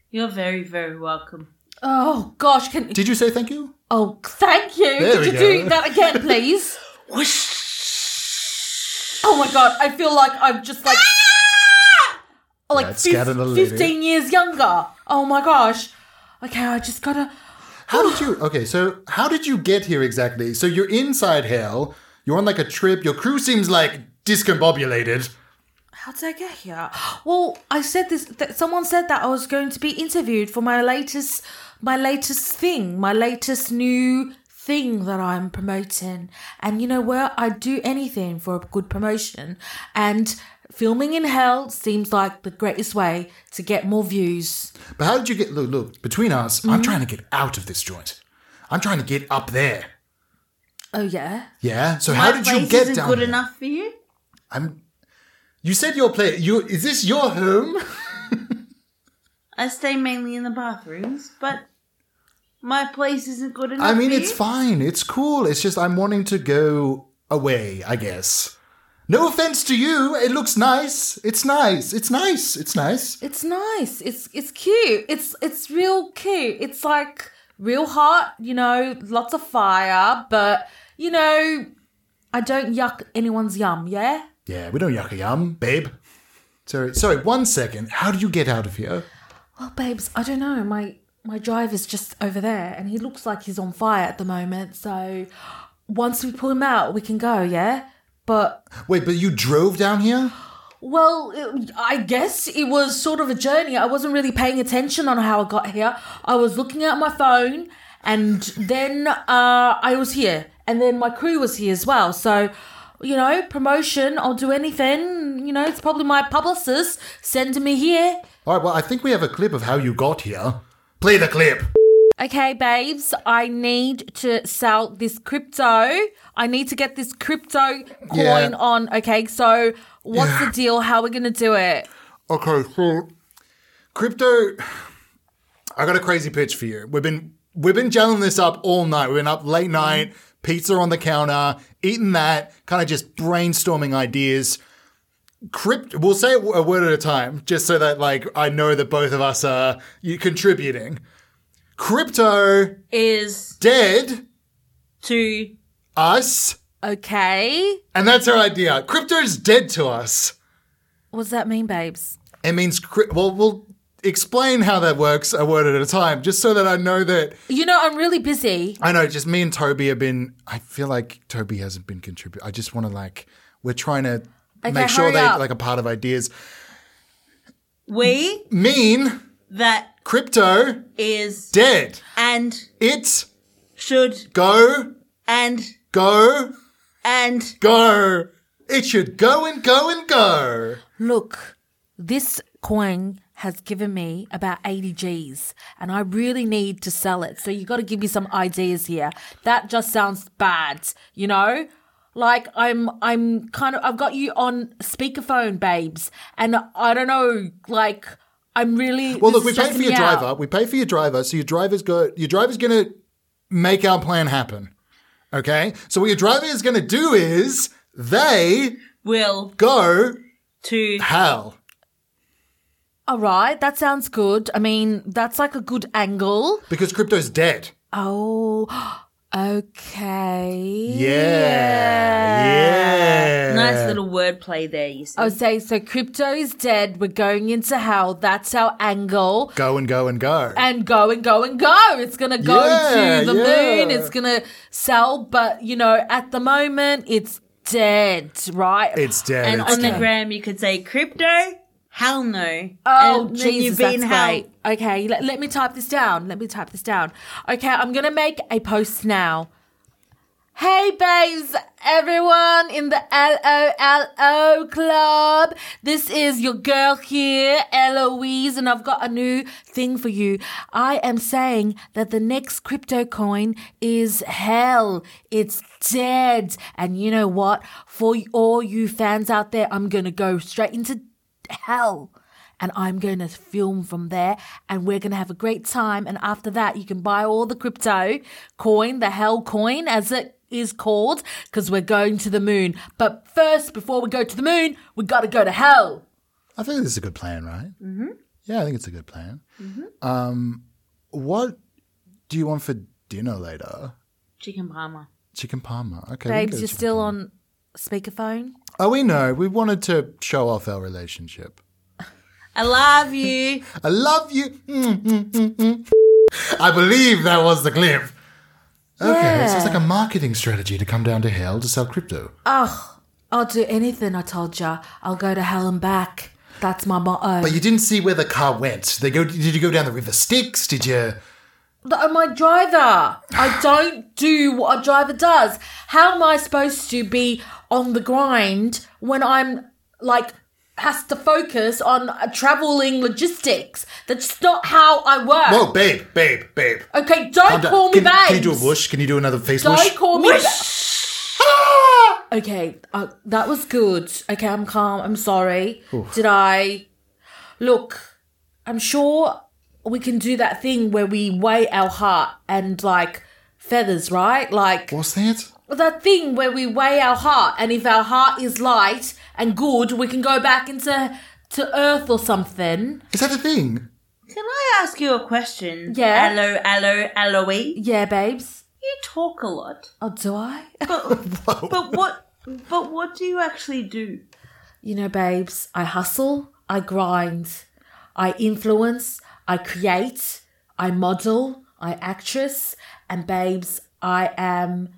You're very, very welcome.
Oh gosh! Can
Did you say thank you?
oh thank you.
There
Could
we
you
go.
do that
<laughs>
again, please? Oh my god! I feel like I've just like.
Ah!
like
Yeah, it's
fif-
gotta the lady.
15 years younger. Oh my gosh. Okay, I just gotta.
How did you? Okay, so how did you get here exactly? So you're inside hell. You're on like a trip. Your crew seems like discombobulated.
How did I get here? <gasps> Well, I said this. That someone said that I was going to be interviewed for my latest, my latest thing, my latest new thing that I'm promoting. And you know where I'd do anything for a good promotion. And filming in hell seems like the greatest way to get more views.
But how did you get? Look, look. Between us,
Mm-hmm.
I'm trying to get out of this joint. I'm trying to get up there.
Oh yeah.
Yeah. So
My
how did you
place
get
isn't
down?
good
there?
enough for you?
I'm. You said your place. You is this your home?
I stay mainly in the bathrooms, but my place isn't good enough
I mean,
for
it's
you?
fine. It's cool. It's just I'm wanting to go away. I guess. No offense to you. It looks nice. It's nice. It's nice. It's nice.
It's nice. It's it's cute. It's it's real cute. It's like real hot, you know, lots of fire, but you know, I don't yuck anyone's yum, yeah?
Yeah, we don't yuck a yum, babe. Sorry, sorry. One second. How do you get out of here?
Well, Oh, babes, I don't know. My my driver's just over there and he looks like he's on fire at the moment, so once we pull him out, we can go, yeah? But
Wait, but you drove down here?
Well, it, I guess it was sort of a journey. I wasn't really paying attention on how I got here. I was looking at my phone, and then uh, I was here, and then my crew was here as well. So, you know, promotion. I'll do anything. You know, it's probably my publicist sending me here.
All right. Well, I think we have a clip of how you got here. Play the clip.
Okay, babes, I need to sell this crypto. I need to get this crypto
Yeah.
coin on. Okay, so what's
Yeah.
the deal? How are we gonna do it?
Okay, so crypto. I got a crazy pitch for you. We've been we've been jelling this up all night. We've been up late night, pizza on the counter, eating that, kind of just brainstorming ideas. Crypt. We'll say it a word at a time, just so that like I know that both of us are you, contributing. Crypto
Is
dead
to
us,
Okay.
and that's our idea. Crypto's dead to us.
What does that mean, babes?
It means cri- well, we'll explain how that works a word at a time, just so that I know that
You know, I'm really busy.
I know. Just me and Toby have been. I feel like Toby hasn't been contributing. I just want to like we're trying to make sure
hurry
they
up.
like a part of ideas.
we
Mean
that
crypto
is
dead.
and
It
should
go
and
go
and
go. It should go and go and go.
Look, this coin has given me about 80 G's and I really need to sell it. So you got to give me some ideas here. That just sounds bad, you know? Like I'm I'm kind of I've got you on speakerphone, babes, and I don't know, like I'm really
Well, look,
this
we
is
pay
stressing
for your
me out.
driver. We pay for your driver, so your driver's go. Your driver's gonna make our plan happen. Okay. So what your driver is gonna do is they
will
go
to
hell.
All right, that sounds good. I mean, that's like a good angle.
Because crypto's dead.
Oh, <gasps> okay.
Yeah. Yeah.
nice little wordplay there. You see,
I would say so. Crypto is dead. We're going into hell. That's our angle.
Go and go and go.
And go and go and go. It's gonna go
Yeah,
to the
yeah.
moon. It's gonna sell, but you know, at the moment, it's dead, right?
it's dead.
and
it's
on the
dead.
gram you could say crypto. Hell no.
Oh,
and then
Jesus,
you've been
that's
hell.
great. Okay, let, let me type this down. Let me type this down. Okay, I'm going to make a post now. Hey, babes, everyone in the LOLO club. This is your girl here, Eloise, and I've got a new thing for you. I am saying that the next crypto coin is hell. It's dead. And you know what? For all you fans out there, I'm going to go straight into hell. And I'm going to film from there, and we're going to have a great time. And after that, you can buy all the crypto coin, the hell coin, as it is called, because we're going to the moon. But first, before we go to the moon, we got to go to hell.
I think this is a good plan, right? Mm-hmm. Yeah, I think it's a good plan. Um, what do you want for dinner later?
Chicken parma.
Chicken parma. Okay. we can go
Babes, you're
chicken
still
parma.
on speakerphone?
Oh, we know. We wanted to show off our relationship.
I love you. <laughs>
I love you. <laughs> Mm, mm, mm, mm. I believe that was the clip. Okay, so it's like a marketing strategy to come down to hell to sell crypto.
I'll do anything, I told ya. I'll go to hell and back. That's my motto.
But you didn't see where the car went. They go. Did you go down the river Styx? Did you?
I'm uh, my driver.
<sighs>
I don't do what a driver does. How am I supposed to be on the grind when I'm like has to focus on uh, traveling logistics? That's not how I
Whoa,
work.
babe, babe, babe.
Okay, don't Uh, call me
can,
back.
can you do a whoosh? Can you do another face
Don't
whoosh?
call me. ba- okay, uh, that was good. Okay, I'm calm. I'm sorry. Did I look? I'm sure we can do that thing where we weigh our heart and like feathers, right? Like
What's that?
that thing where we weigh our heart, and if our heart is light and good, we can go back into to Earth or something.
Is that a thing?
Can I ask you a question?
Yeah.
Hello, hello, Eloise.
Yeah, babes.
You talk a lot,
Oh, do I? <laughs>
but but what but what do you actually do?
You know, babes, I hustle, I grind, I influence, I create, I model, I actress, and babes, I am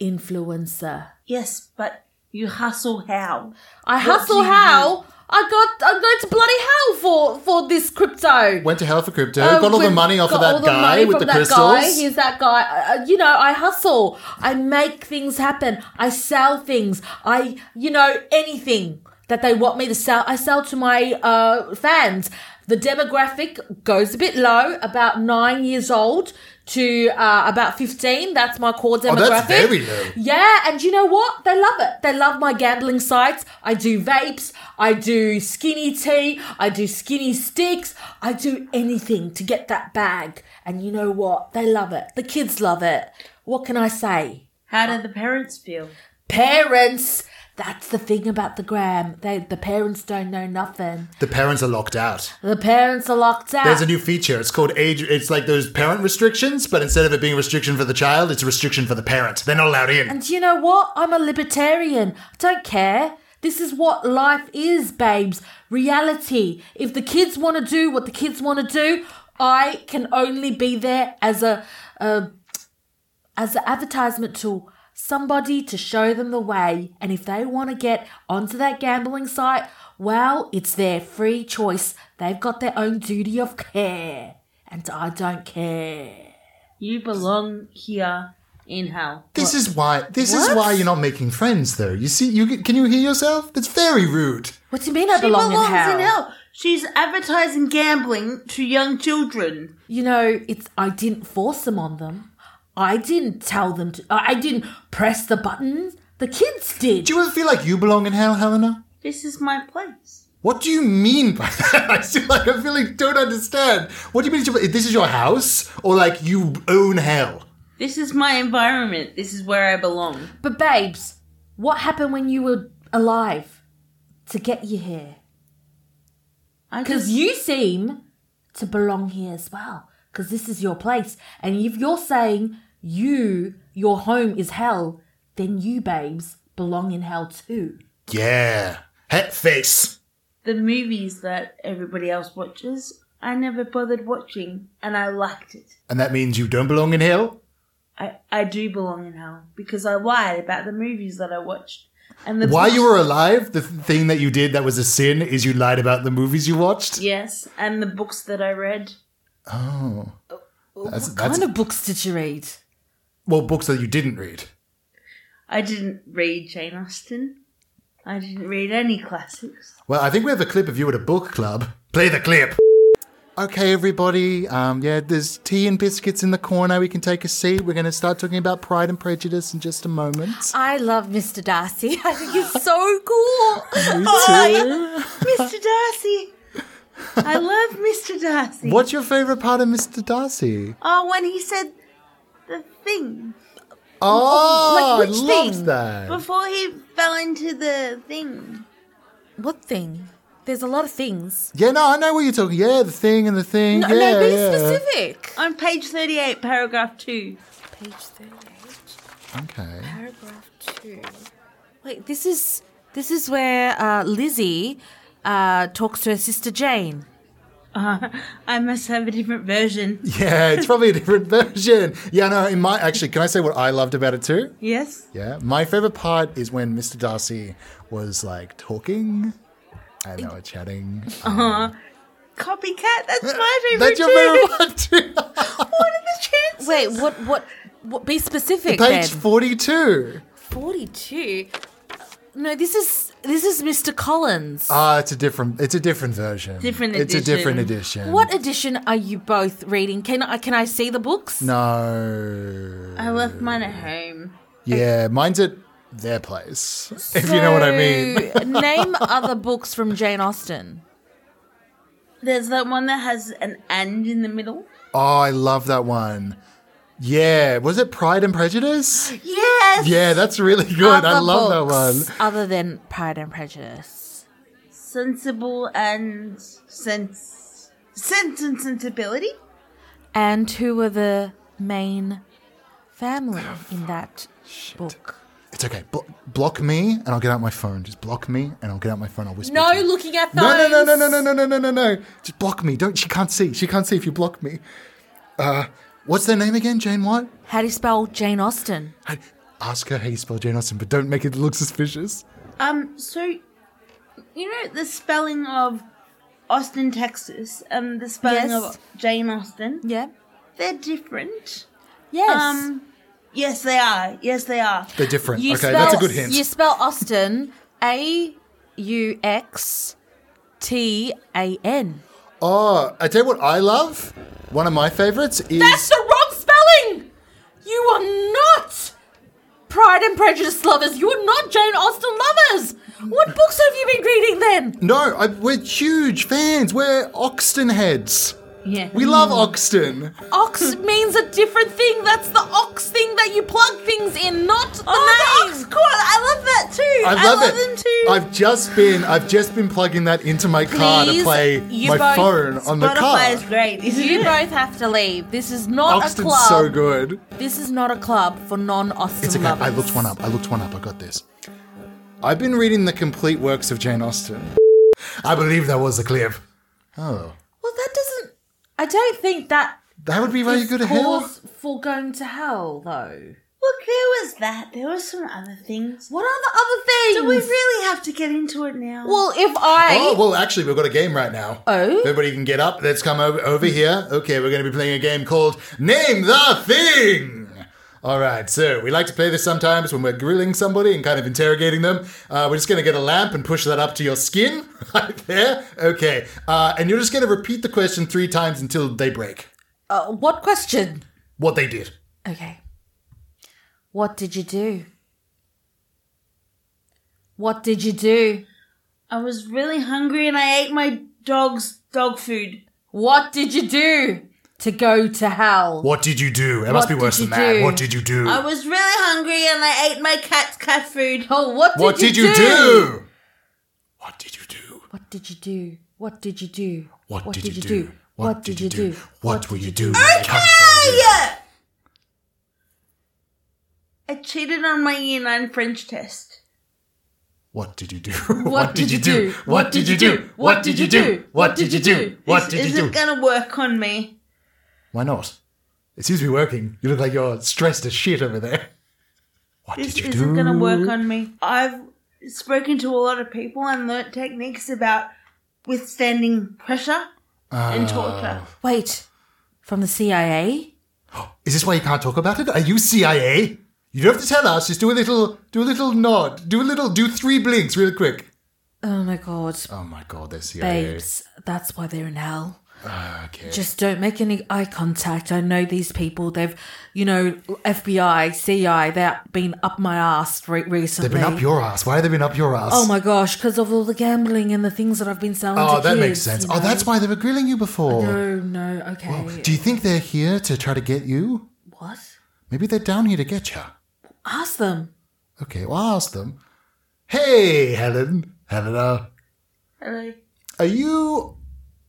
influencer.
Yes, but you hustle how?
I
do
hustle
you
how? I got I'm going to bloody hell for for this crypto.
Went to hell for crypto.
Uh,
got all the
with-
money off of
got all
that
the money
guy with
from
the
that
crystals.
guy. He's that guy. Uh, uh, you know, I hustle. I make things happen. I sell things. I, you know, anything. that they want me to sell. I sell to my uh, fans. The demographic goes a bit low, about nine years old to uh, about 15. That's my core
Oh,
demographic.
that's very low.
Yeah, and you know what? They love it. They love my gambling sites. I do vapes, I do skinny tea, I do skinny sticks, I do anything to get that bag. And you know what? They love it. The kids love it. What can I say?
How do the parents feel?
Parents! That's the thing about the gram. They the parents don't know nothing.
The parents are locked out.
The parents are locked out.
There's a new feature. It's called age. It's like those parent restrictions, but instead of it being a restriction for the child, it's a restriction for the parent. They're not allowed in.
And do you know what? I'm a libertarian. I don't care. This is what life is, babes. Reality. If the kids want to do what the kids want to do, I can only be there as a, a as an advertisement tool. Somebody to show them the way. And if they want to get onto that gambling site, well, it's their free choice. They've got their own duty of care. And I don't care.
You belong here in hell.
This is why. This is
What?
why you're not making friends, though. You see, you can you hear yourself? That's very rude.
What do you mean I
She
belong
belongs
in hell?
She's advertising gambling to young children.
you know, it's I didn't force them on them. I didn't tell them to. I I didn't press the button. The kids did.
Do you ever feel like you belong in hell, Helena?
This is my place.
What do you mean by <laughs> that? I feel like I really don't understand. What do you mean? it's your- This is your house, or like you own hell?
This is my environment. This is where I belong.
but babes, what happened when you were alive to get you here?
I
Because
just,
you seem to belong here as well. Because this is your place, and if you're saying you your home is hell, then you babes belong in hell too.
Yeah, het face.
the movies that everybody else watches, I never bothered watching, and I liked it.
And that means you don't belong in hell.
I, I do belong in hell because I lied about the movies that I watched. And the
While you were alive, the thing that you did that was a sin is you lied about the movies you watched.
yes, and the books that I read.
Oh, that's,
What
that's
kind of books did you read?
well, books that you didn't read.
I didn't read Jane Austen. I didn't read any <laughs> classics.
Well, I think we have a clip of you at a book club. Play the clip. Okay, everybody. Um, yeah, there's tea and biscuits in the corner. We can take a seat. We're going to start talking about Pride and Prejudice in just a moment.
I love Mr. Darcy. <laughs> I think he's so cool.
You too.
Mr. Darcy! I love Mr. Darcy.
What's your favorite part of Mr. Darcy?
Oh, when he said the thing
Oh,
like
I
which
loved
thing?
that.
before he fell into the thing.
What thing? There's a lot of things.
Yeah, no, I know what you're talking. Yeah, the thing and the thing.
No,
yeah,
no, be
yeah.
specific.
On page 38, paragraph <laughs> 2.
Page 38,
Okay. <laughs>
paragraph 2. Wait, this is this is where uh, Lizzie uh, talks to her sister Jane.
Uh, I must have a different version.
Yeah, it's probably a different version. Yeah, no, in my actually, can I say what I loved about it too?
Yes?
Yeah, my favorite part is when Mr. Darcy was like talking, and they were chatting.
Copycat, that's my favorite.
Uh, That's your favorite part too.
<laughs> chance.
Wait, what what what be specific
Page
then.
forty-two.
42. No, this is this is Mr. Collins.
Ah, it's a different. It's a different version.
Different
It's a
edition.
different edition.
what edition are you both reading? Can I can I see the books?
No.
I left mine at home.
Yeah, mine's at their place. <laughs> If you know what I mean.
So, <laughs> name other books from Jane Austen.
There's that one that has an and in the middle.
<laughs> Oh, I love that one. Yeah, was it Pride and Prejudice?
Yes!
Yeah, that's really good. I
Other
love
books
that one.
Other than Pride and Prejudice.
Sensible and sense. Sense and sensibility?
And who were the main family in that book?
It's okay. Bl- block me, and I'll get out my phone. Just block me, and I'll get out my phone. I'll whisper.
No
to you.
looking at
No,
those.
no, no, no, no, no, no, no, no, no, no. Just block me. Don't. She can't see. She can't see if you block me. Uh, what's their name again? Jane what?
How do you spell Jane Austen?
I- Ask her how you spell Jane Austen, but don't make it look suspicious.
Um, so, you know the spelling of Austin, Texas, and the spelling
Yes.
of Jane Austen?
Yeah.
They're different.
Yes.
Um, yes, they are. Yes, they are.
They're different.
you
okay,
spell,
that's a good hint.
You spell Austen A U X T A N.
Oh, I tell you what I love. One of my favorites is
That's the wrong spelling! You are not Pride and Prejudice lovers. You are not Jane Austen lovers. What books have you been reading then?
no. I, we're huge fans. We're Oxton heads.
Yeah.
We love Oxton.
<laughs> Ox means a different thing. That's the ox thing that you plug things in, not the
Oh, the
name.
ox cord. I love that too.
I love,
them
it.
too.
I've just been I've just been plugging that into my car to
Please,
play
you
my
both-
phone on the
Spotify is
car.
great. isn't
You
it?
both have to leave. This is not a
Oxton's
club.
so good.
This is not a club for non-Austen
It's okay.
lovers.
I looked one up. I looked one up. I got this. I've been reading the complete works of Jane Austen.
I believe that was the clip.
Oh,
Well, that doesn't. I don't think that
that would be very
is
good. Hell,
cause for going to hell, though.
Look, there was that. There were some other things.
What are the other things?
Do we really have to get into it now?
Well, if I
Oh, well, actually, we've got a game right now.
Oh?
Everybody can get up. Let's come over, over here. Okay, we're going to be playing a game called Name the Thing. All right, so we like to play this sometimes when we're grilling somebody and kind of interrogating them. Uh, we're just going to get a lamp and push that up to your skin <laughs> right there. Okay, uh, and you're just going to repeat the question three times until they break
Uh, what question?
what they did.
Okay. What did you do? What did you do?
I was really hungry and I ate my dog's dog food.
What did you do to go to hell?
What did you do? It must be
did
worse
you
than that.
do?
What did you do? Uh,
I was really hungry and I ate my cat's cat food.
Oh, what did
what
you
did you do?
what did you do?
What did you do? What did you do?
What, did, you do? What did you do? What will
did
you do? when they come for you?
Yeah. I cheated on my year nine French test.
What did you do? <laughs> What did you do? What did you do? What did you do? What did you do? What
Is-
did you
is
do?
it gonna work on me?
Why not? It seems to be working. You look like you're stressed as shit over there. What
This
did you
isn't
do?
gonna work on me. I've spoken to a lot of people and learnt techniques about withstanding pressure
Ah.
and torture.
Wait, from the CIA?
Is this why you can't talk about it? Are you CIA?
You don't have to tell us. Just do a little, do a little nod. Do a little, do three blinks real quick.
Oh my god,
Oh my god, they're CIA.
babes, that's why they're in hell.
Okay.
Just don't make any eye contact. I know these people. They've, you know, FBI, CI, they've been up my ass re- recently.
They've been up your ass. Why have they been up your ass?
Oh my gosh, because of all the gambling and the things that I've been selling.
Oh,
to
that makes
kids,
sense.
you
Oh,
know?
that's why they were grilling you before.
No, no, okay.
Do you think they're here to try to get you?
what?
Maybe they're down here to get you.
Ask them.
Okay, well, I'll ask them. Hey, Helen. Helena.
Hello.
Are you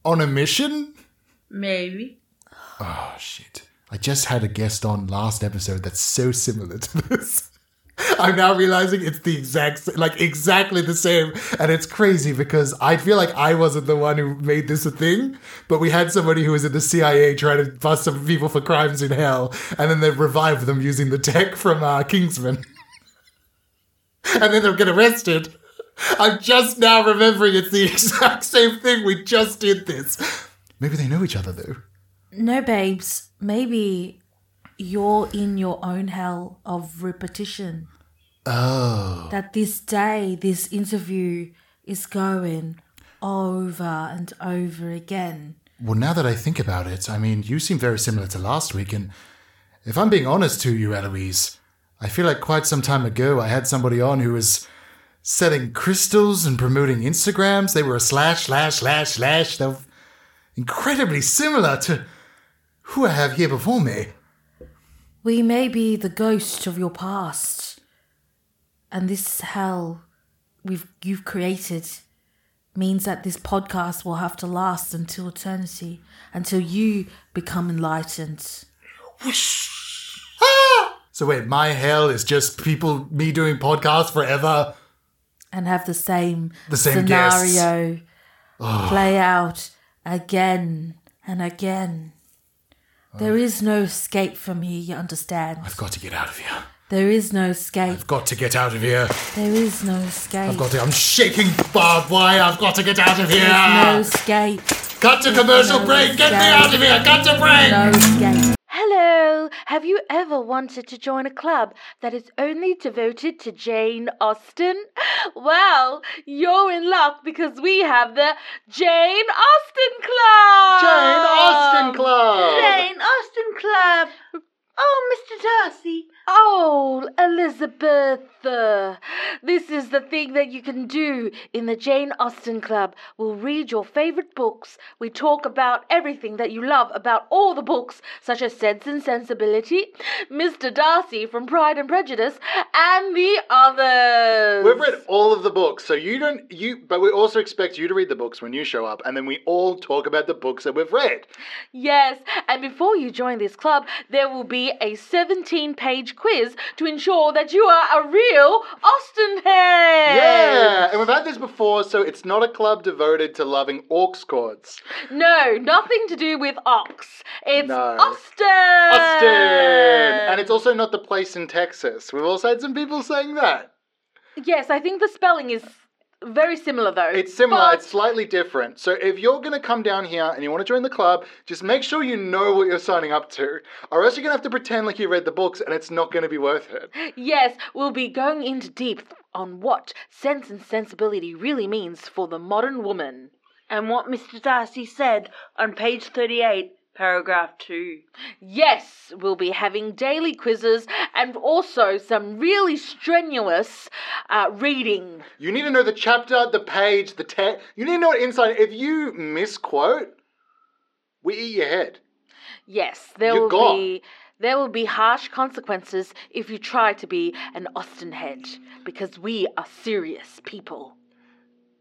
on a mission?
Maybe.
Oh, shit. I just had a guest on last episode that's so similar to this. <laughs> I'm now realizing it's the exact, s- like exactly the same, and it's crazy because I feel like I wasn't the one who made this a thing, but we had somebody who was in the CIA trying to bust some people for crimes in hell, and then they revived them using the tech from uh, Kingsman, <laughs> and then they'll get arrested. I'm just now remembering it's the <laughs> exact same thing. We just did this. Maybe they know each other though.
No, babes, maybe you're in your own hell of repetition. Oh. That this day, this interview is going over and over again.
Well, now that I think about it, I mean, you seem very similar to last week, and if I'm being honest to you, Eloise, I feel like quite some time ago I had somebody on who was selling crystals and promoting Instagrams. They were a slash, slash, slash, slash. They're incredibly similar to who I have here before me.
We may be the ghost of your past. And this hell we've you've created means that this podcast will have to last until eternity, until you become enlightened.
So wait, my hell is just people, me doing podcasts forever.
and have the same,
The same guests.
scenario play out again and again. There is no escape from here, you understand?
I've got to get out of here.
There is no escape.
I've got to get out of here.
There is no escape.
I've got to. I'm shaking barbed wire. I've got to get out of here.
no escape.
Cut to commercial break. Get me out of here. Cut to break.
No escape.
Hello, So, have you ever wanted to join a club that is only devoted to Jane Austen? <laughs> Well, you're in luck because we have the Jane Austen Club!
Jane Austen Club.
Jane Austen Club. Oh, Mr. Darcy.
Oh, Elizabeth, uh, this is the thing that you can do in the Jane Austen Club. We'll read your favorite books. We talk about everything that you love about all the books, such as Sense and Sensibility, Mr. Darcy from Pride and Prejudice, and the others.
We've read all of the books, so you don't you. But we also expect you to read the books when you show up, and then we all talk about the books that we've read.
Yes, and before you join this club, there will be a 17 page quiz to ensure that you are a real Austin head.
Yeah, and we've had this before, so it's not a club devoted to loving aux chords.
No, nothing to do with ox. It's
No.
Austin.
Austin, and it's also not the place in Texas. We've also had some people saying that.
yes, I think the spelling is very similar though.
It's similar,
But-
it's slightly different. So if you're going to come down here and you want to join the club, just make sure you know what you're signing up to, or else you're going to have to pretend like you read the books and it's not going to be worth it.
Yes, we'll be going into deep on what sense and sensibility really means for the modern woman.
And what Mr. Darcy said on page 38, paragraph 2.
Yes, we'll be having daily quizzes and also some really strenuous uh, reading.
You need to know the chapter, the page, the text. You need to know it inside. If you misquote, we eat your head.
Yes, there
You're
will
gone.
be there will be harsh consequences if you try to be an Austin head because we are serious people.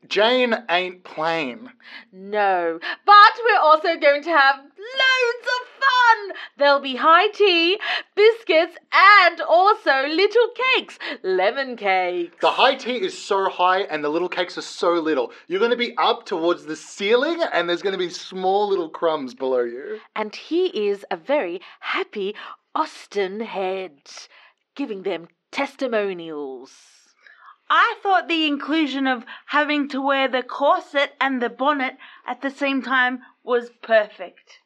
Jane ain't plain.
No, but we're also going to have loads of fun. There'll be high tea, biscuits, and also little cakes, lemon cakes.
The high tea is so high and the little cakes are so little. You're going to be up towards the ceiling and there's going to be small little crumbs below you.
And he is a very happy Austin head, giving them testimonials.
I thought the inclusion of having to wear the corset and the bonnet at the same time was perfect.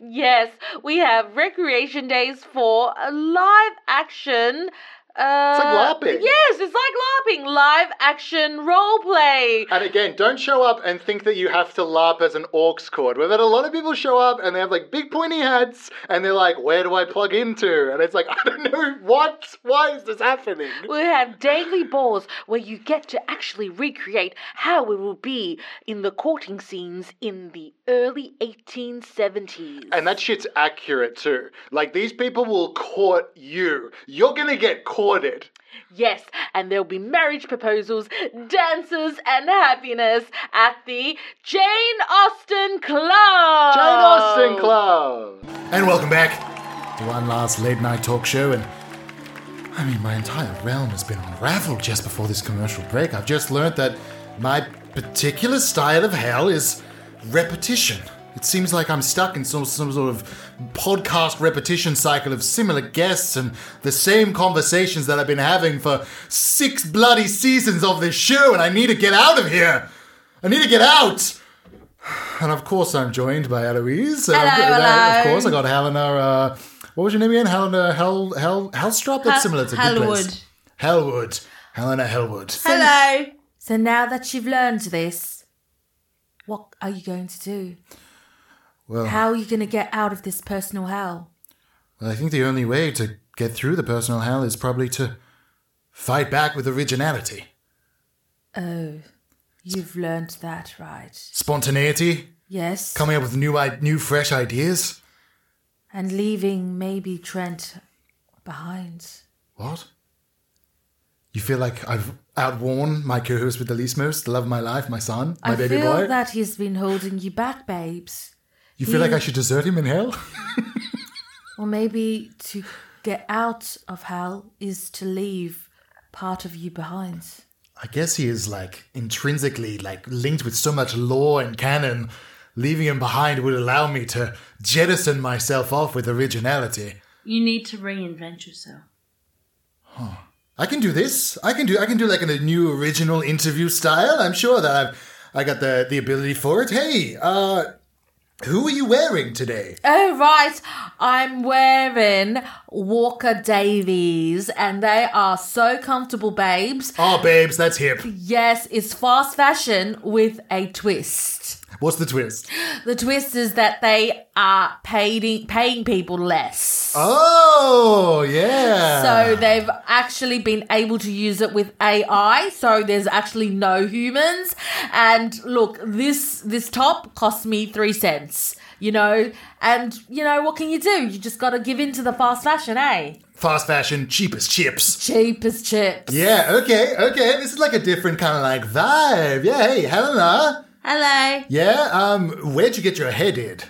Yes, we have recreation days for a live action. Uh,
LARPing.
Yes, it's like LARPing, live action role play.
And again, don't show up and think that you have to LARP as an orcs chord. We've had a lot of people show up and they have like big pointy hats and they're like, where do I plug into? And it's like, <laughs> I don't know what? Why is this happening?
We have daily balls where you get to actually recreate how we will be in the courting scenes in the early 1870s.
And that shit's accurate too. Like these people will court you. You're gonna get courted.
yes, and there'll be marriage proposals, dances, and happiness at the Jane Austen Club.
Jane Austen Club.
And welcome back to one last late night talk show. And I mean, my entire realm has been unraveled just before this commercial break. I've just learnt that my particular style of hell is repetition. It seems like I'm stuck in some, some sort of podcast repetition cycle of similar guests and the same conversations that I've been having for six bloody seasons of this show, and I need to get out of here. I need to get out. And of course, I'm joined by Eloise. Um, and I'm-
Hello,
and I- Of
hello.
course, I got Helena. Uh, what was your name again? Helena Hel Hel Hellstrop. That's similar to Good Place. Hellwood. Helena Hellwood.
Hello.
So now that you've learned this, what are you going to do?
Well-
How are you going to get out of this personal hell?
Well, I think the only way to get through the personal hell is probably to fight back with originality,
Oh, you've learned that, right?
spontaneity,
Yes.
coming up with new, i- new, fresh ideas.
and leaving maybe Trent behind.
What? You feel like I've outworn my co-host with the least most, the love of my life, my son, my
I
baby
feel
boy.
that he's been holding you back, babes.
you feel like I should desert him in hell?
Or maybe to get out of hell is to leave part of you behind.
I guess he is like intrinsically like linked with so much lore and canon. Leaving him behind would allow me to jettison myself off with originality.
You need to reinvent yourself.
I can do this. I can do. I can do like in a new original interview style. I'm sure that I've, I got the the ability for it. Hey, uh, Who are you wearing today?
Oh, right. I'm wearing Walker Davies, and they are so comfortable, babes.
Oh, babes, that's hip.
Yes, it's fast fashion with a twist.
What's the twist?
The twist is that they are paying paying people less.
Oh, yeah.
So they've actually been able to use it with AI. So there's actually no humans. And look, this this top cost me three cents. You know, and you know what can you do? You just got to give in to the fast fashion, eh?
Fast fashion, cheapest chips.
Cheap as chips.
Yeah, okay, okay. This is like a different kind of like vibe. Yeah, hey, Helena.
Hello.
Yeah, um, where'd you get your hair did?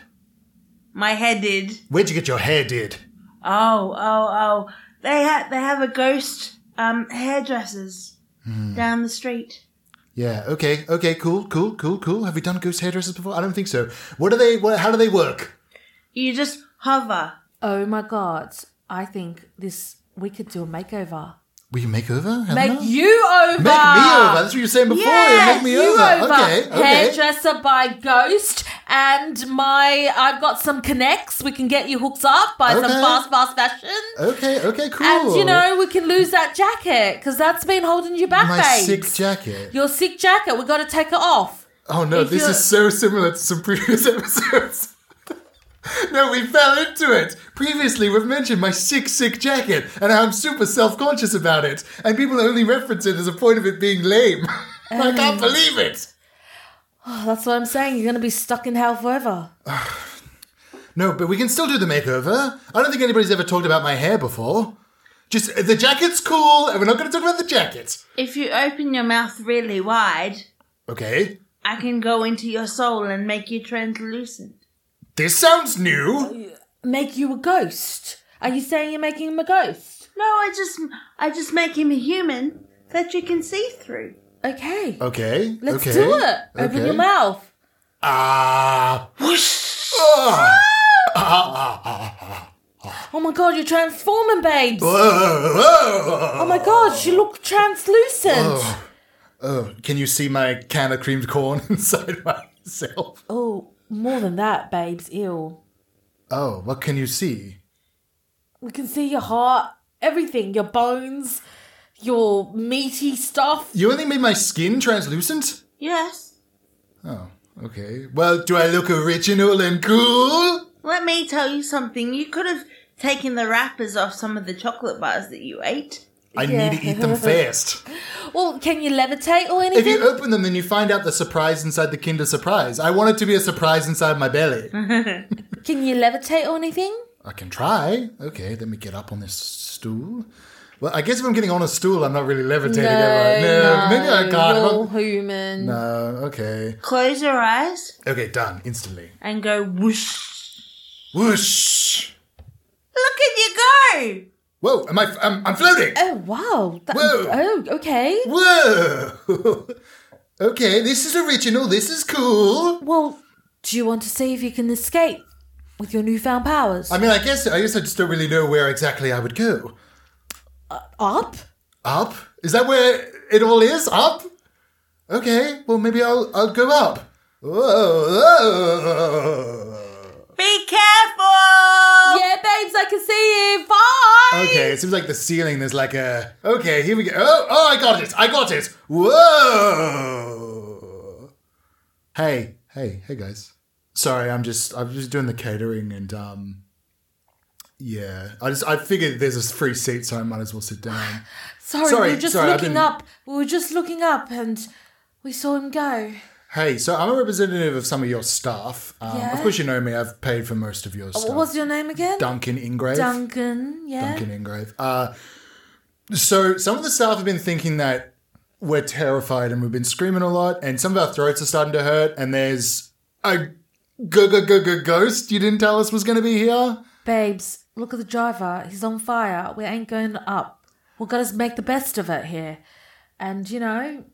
My head did.
Where'd you get your hair did?
Oh, oh, oh. They have they have a ghost um hairdressers down the street.
Yeah, okay, okay, cool, cool, cool, cool. Have we done ghost hairdressers before? I don't think so. What are they, what, how do they work?
You just hover.
Oh my god! I think this we could do a makeover.
Will you make over,
Make
Helena?
you over.
Make me over. That's what you were saying before. yeah,
Yes,
make me
you
over.
over.
Okay, okay.
Hairdresser by Ghost and my I've got some connects. We can get you hooked up by some
Okay.
fast, fast fashion.
Okay, okay, cool.
And you know we can lose that jacket because that's been holding you back,
my
babes.
sick jacket.
Your sick jacket. We got to take it off.
Oh no,
If
this
you're-
is so similar to some previous <laughs> episodes. no, we fell into it. Previously, we've mentioned my sick, sick jacket and how I'm super self conscious about it, and people only reference it as a point of it being lame. <laughs> I can't believe it.
Oh, that's what I'm saying. You're gonna be stuck in hell forever.
No, but we can still do the makeover. I don't think anybody's ever talked about my hair before. Just the jacket's cool, and we're not going to talk about the jacket.
If you open your mouth really wide,
Okay.
I can go into your soul and make you translucent.
This sounds new.
Make you a ghost. Are you saying you're making him a ghost?
No, I just I just make him a human that you can see through.
Uh,
Okay.
Okay.
Let's
okay,
do it. Open
okay.
your mouth.
Ah.
Whoosh!
Ah.
Oh my god, you're transforming, babes.
Oh. Whoa, whoa.
Oh my god, you look translucent. Oh,
Oh, can you see my can of creamed corn <laughs> inside myself?
Oh, more than that, babes. Ew.
Oh, what can you see?
We can see your heart, everything, your bones, your meaty stuff.
You only made my skin translucent?
Yes.
Oh, okay. Well, do I look original and cool?
Let me tell you something. You could have taken the wrappers off some of the chocolate bars that you ate.
I need to eat them <laughs> fast.
Well, can you levitate or
If
anything?
you open them, then you find out the surprise inside the Kinder Surprise. I want it to be a surprise inside my belly.
can you levitate or anything?
I can try. Okay, let me get up on this stool. Well, I guess if I'm getting on a stool, I'm not really levitating. am I? no, maybe I can't.
You're
I'm not-
human.
Uh, No, okay.
Close your eyes
Okay, done. Instantly.
and go whoosh.
Whoosh!
Look at you go!
Whoa, am I, I'm, I'm floating!
Oh wow. That,
Whoa.
oh, okay.
Whoa! <laughs> okay, this is original, this is cool.
Well, do you want to see if you can escape with your newfound powers?
I mean, I guess, I guess I just don't really know where exactly I would go.
Up?
Up? Is that where it all is? Up? Okay, well maybe I'll, I'll go up. Whoa!
Be careful!
Yeah, babes, I can see you. Bye.
Oh. Okay, it seems like the ceiling there's like a. Okay, here we go. Oh, oh, I got it! I got it! Whoa! Hey, hey, hey, guys. Sorry, I'm just I'm just doing the catering and um. Yeah, I just I figured there's a free seat, so I might as well sit down.
Sorry,
Sorry,
we were just
sorry, I
looking
didn't-
up. We were just looking up and we saw him go.
Hey, so I'm a representative of some of your staff. Um, Of
Yeah?
course, you know me. I've paid for most of your stuff.
What was your name again?
Duncan Ingrave?
Duncan, yeah.
Duncan Ingrave. Uh, so some of the staff have been thinking that we're terrified and we've been screaming a lot, and some of our throats are starting to hurt. And there's a go go go go ghost you didn't tell us was going to be here.
Babes, look at the driver. He's on fire. We ain't going up. We've got to make the best of it here. And, you know,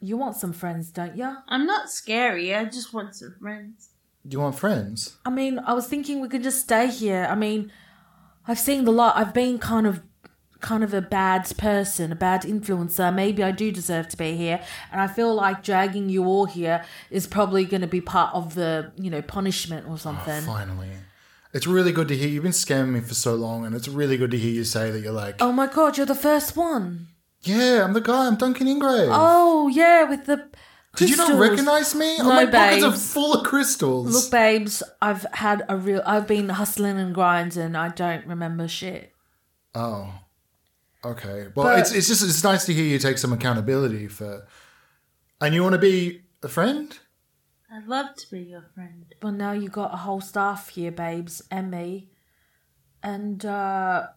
you want some friends, don't you?
I'm not scary, I just want some friends.
Do you want friends?
I mean, I was thinking we could just stay here. I mean, I've seen the lot. I've been kind of kind of a bad person, a bad influencer. Maybe I do deserve to be here. And I feel like dragging you all here is probably going to be part of the, you know, punishment or something. Oh,
Finally. It's really good to hear. You've been scamming me for so long, and it's really good to hear you say that you're like,
Oh my God, you're the first one.
yeah, I'm the guy, I'm Duncan Ingrave.
Oh, yeah, with the.
Did you not
crystals.
recognize me? oh,
No,
my pockets are
babes.
full of crystals.
Look, babes, I've had a real. I've been hustling and grinding. I don't remember shit.
Oh, okay. Well, it's it's just it's nice to hear you take some accountability for. And you want to be a friend?
I'd love to be your friend.
Well, now you got a whole staff here, babes, and me. And uh,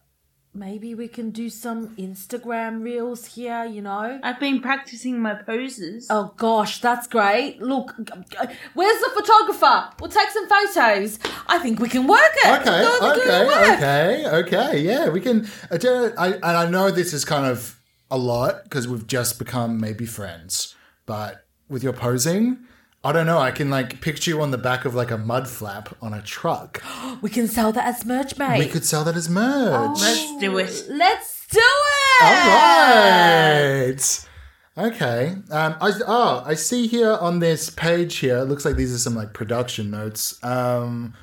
maybe we can do some Instagram reels here, you know?
I've been practicing my poses.
Oh gosh, that's great. Look, g- g- where's the photographer? We'll take some photos. I think we can work it.
Okay,
Go on, go
okay,
and work.
okay, okay. Yeah, we can. I, don't- I- and I know this is kind of a lot because we've just become maybe friends, but with your posing. I don't know. I can like picture you on the back of like a mud flap on a truck.
We can sell that as merch, mate.
We could sell that as merch.
Let's do it.
Let's do it.
All right. Okay. Um, I, oh, I see here on this page here. It looks like these are some like production notes. Um,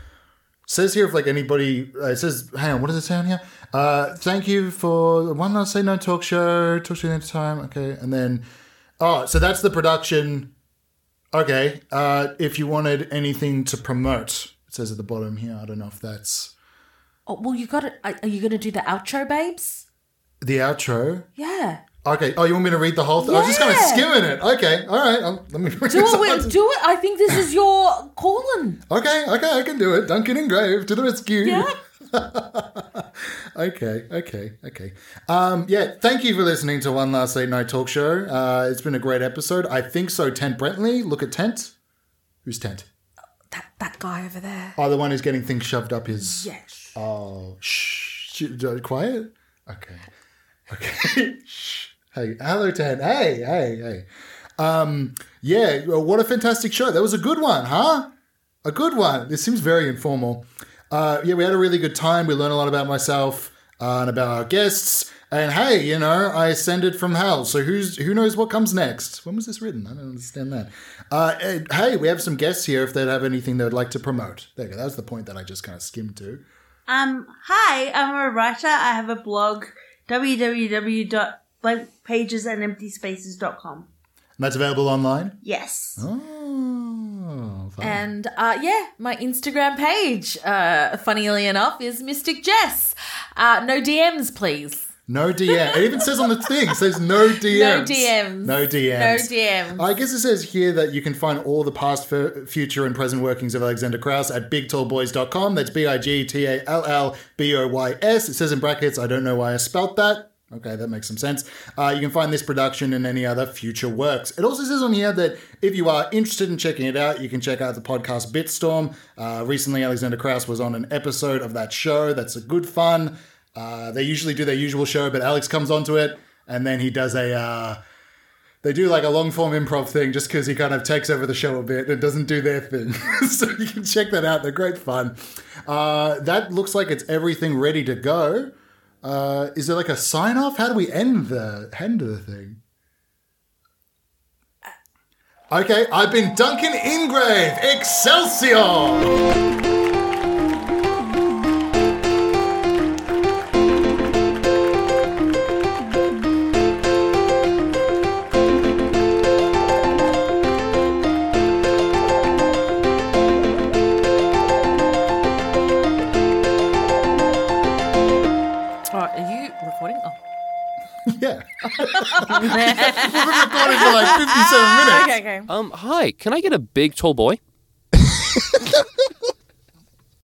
says here if like anybody. Uh, it says, hang on, what does it say on here? Uh, thank you for the one last say no talk show. Talk to you next time. Okay, and then oh, so that's the production. Okay. Uh, if you wanted anything to promote, it says at the bottom here. I don't know if that's
Oh, well, you got to Are are you going to do the outro, babes?
the outro.
Yeah.
Okay. Oh, you want me to read the whole thing? I was just kind of
Yeah.
skimming it. Okay. All right. I'll, let me <laughs> read
Do
this
it. Will.
out.
Do it. I think this is your calling.
Okay. Okay. I can do it. Duncan and Grave to the rescue.
Yeah.
<laughs> okay. Okay. Okay. Um, yeah. Thank you for listening to One Last Late Night Talk Show. Uh, it's been a great episode. I think so. Tent Brentley. Look at Tent. Who's Tent?
That that guy over there.
Oh, the one who's getting things shoved up his.
Yes.
Oh. Shh. Sh- uh, Quiet. Okay. Okay. <laughs> Shh. hey. Hello, Tent. Hey. Hey. Hey. Um, yeah, well, what a fantastic show. That was a good one, huh? A good one. This seems very informal. Uh, yeah, we had a really good time. We learned a lot about myself uh, and about our guests. And hey, you know, I ascended from hell. So who's who knows what comes next? When was this written? I don't understand that. Uh, and hey, we have some guests here. If they'd have anything they'd like to promote, there you go. That was the point that I just kind of skimmed to.
Um, hi, I'm a writer. I have a blog, www.blankpagesandemptyspaces.com.
And that's available online.
Yes.
Oh, fun.
And uh, yeah, my Instagram page, uh, funnily enough, is Mystic Jess. Uh, no DMs, please.
No DM. It even says on the thing, it says no DMs.
DMs.
No DMs.
No DMs.
I guess it says here that you can find all the past, fu- future, and present workings of Alexander Krauss at bigtallboys.com. That's B I G T A L L B O Y S. It says in brackets, I don't know why I spelt that. Okay, that makes some sense. Uh, you can find this production and any other future works. It also says on here that if you are interested in checking it out, you can check out the podcast Bitstorm. Uh, recently, Alexander Krauss was on an episode of that show. That's a good fun. Uh, they usually do their usual show, but Alex comes onto it and then he does a. Uh, they do like a long form improv thing just because he kind of takes over the show a bit and doesn't do their thing. <laughs> so you can check that out. They're great fun. Uh, that looks like it's everything ready to go. Uh, is there like a sign off? How do we end the end of the thing? Okay, I've been Duncan Ingrave. Excelsior!
All right, are you recording? Oh.
Yeah. <laughs> We've been recording for like 57 minutes.
okay.
Um, hi, can I get a big tall boy?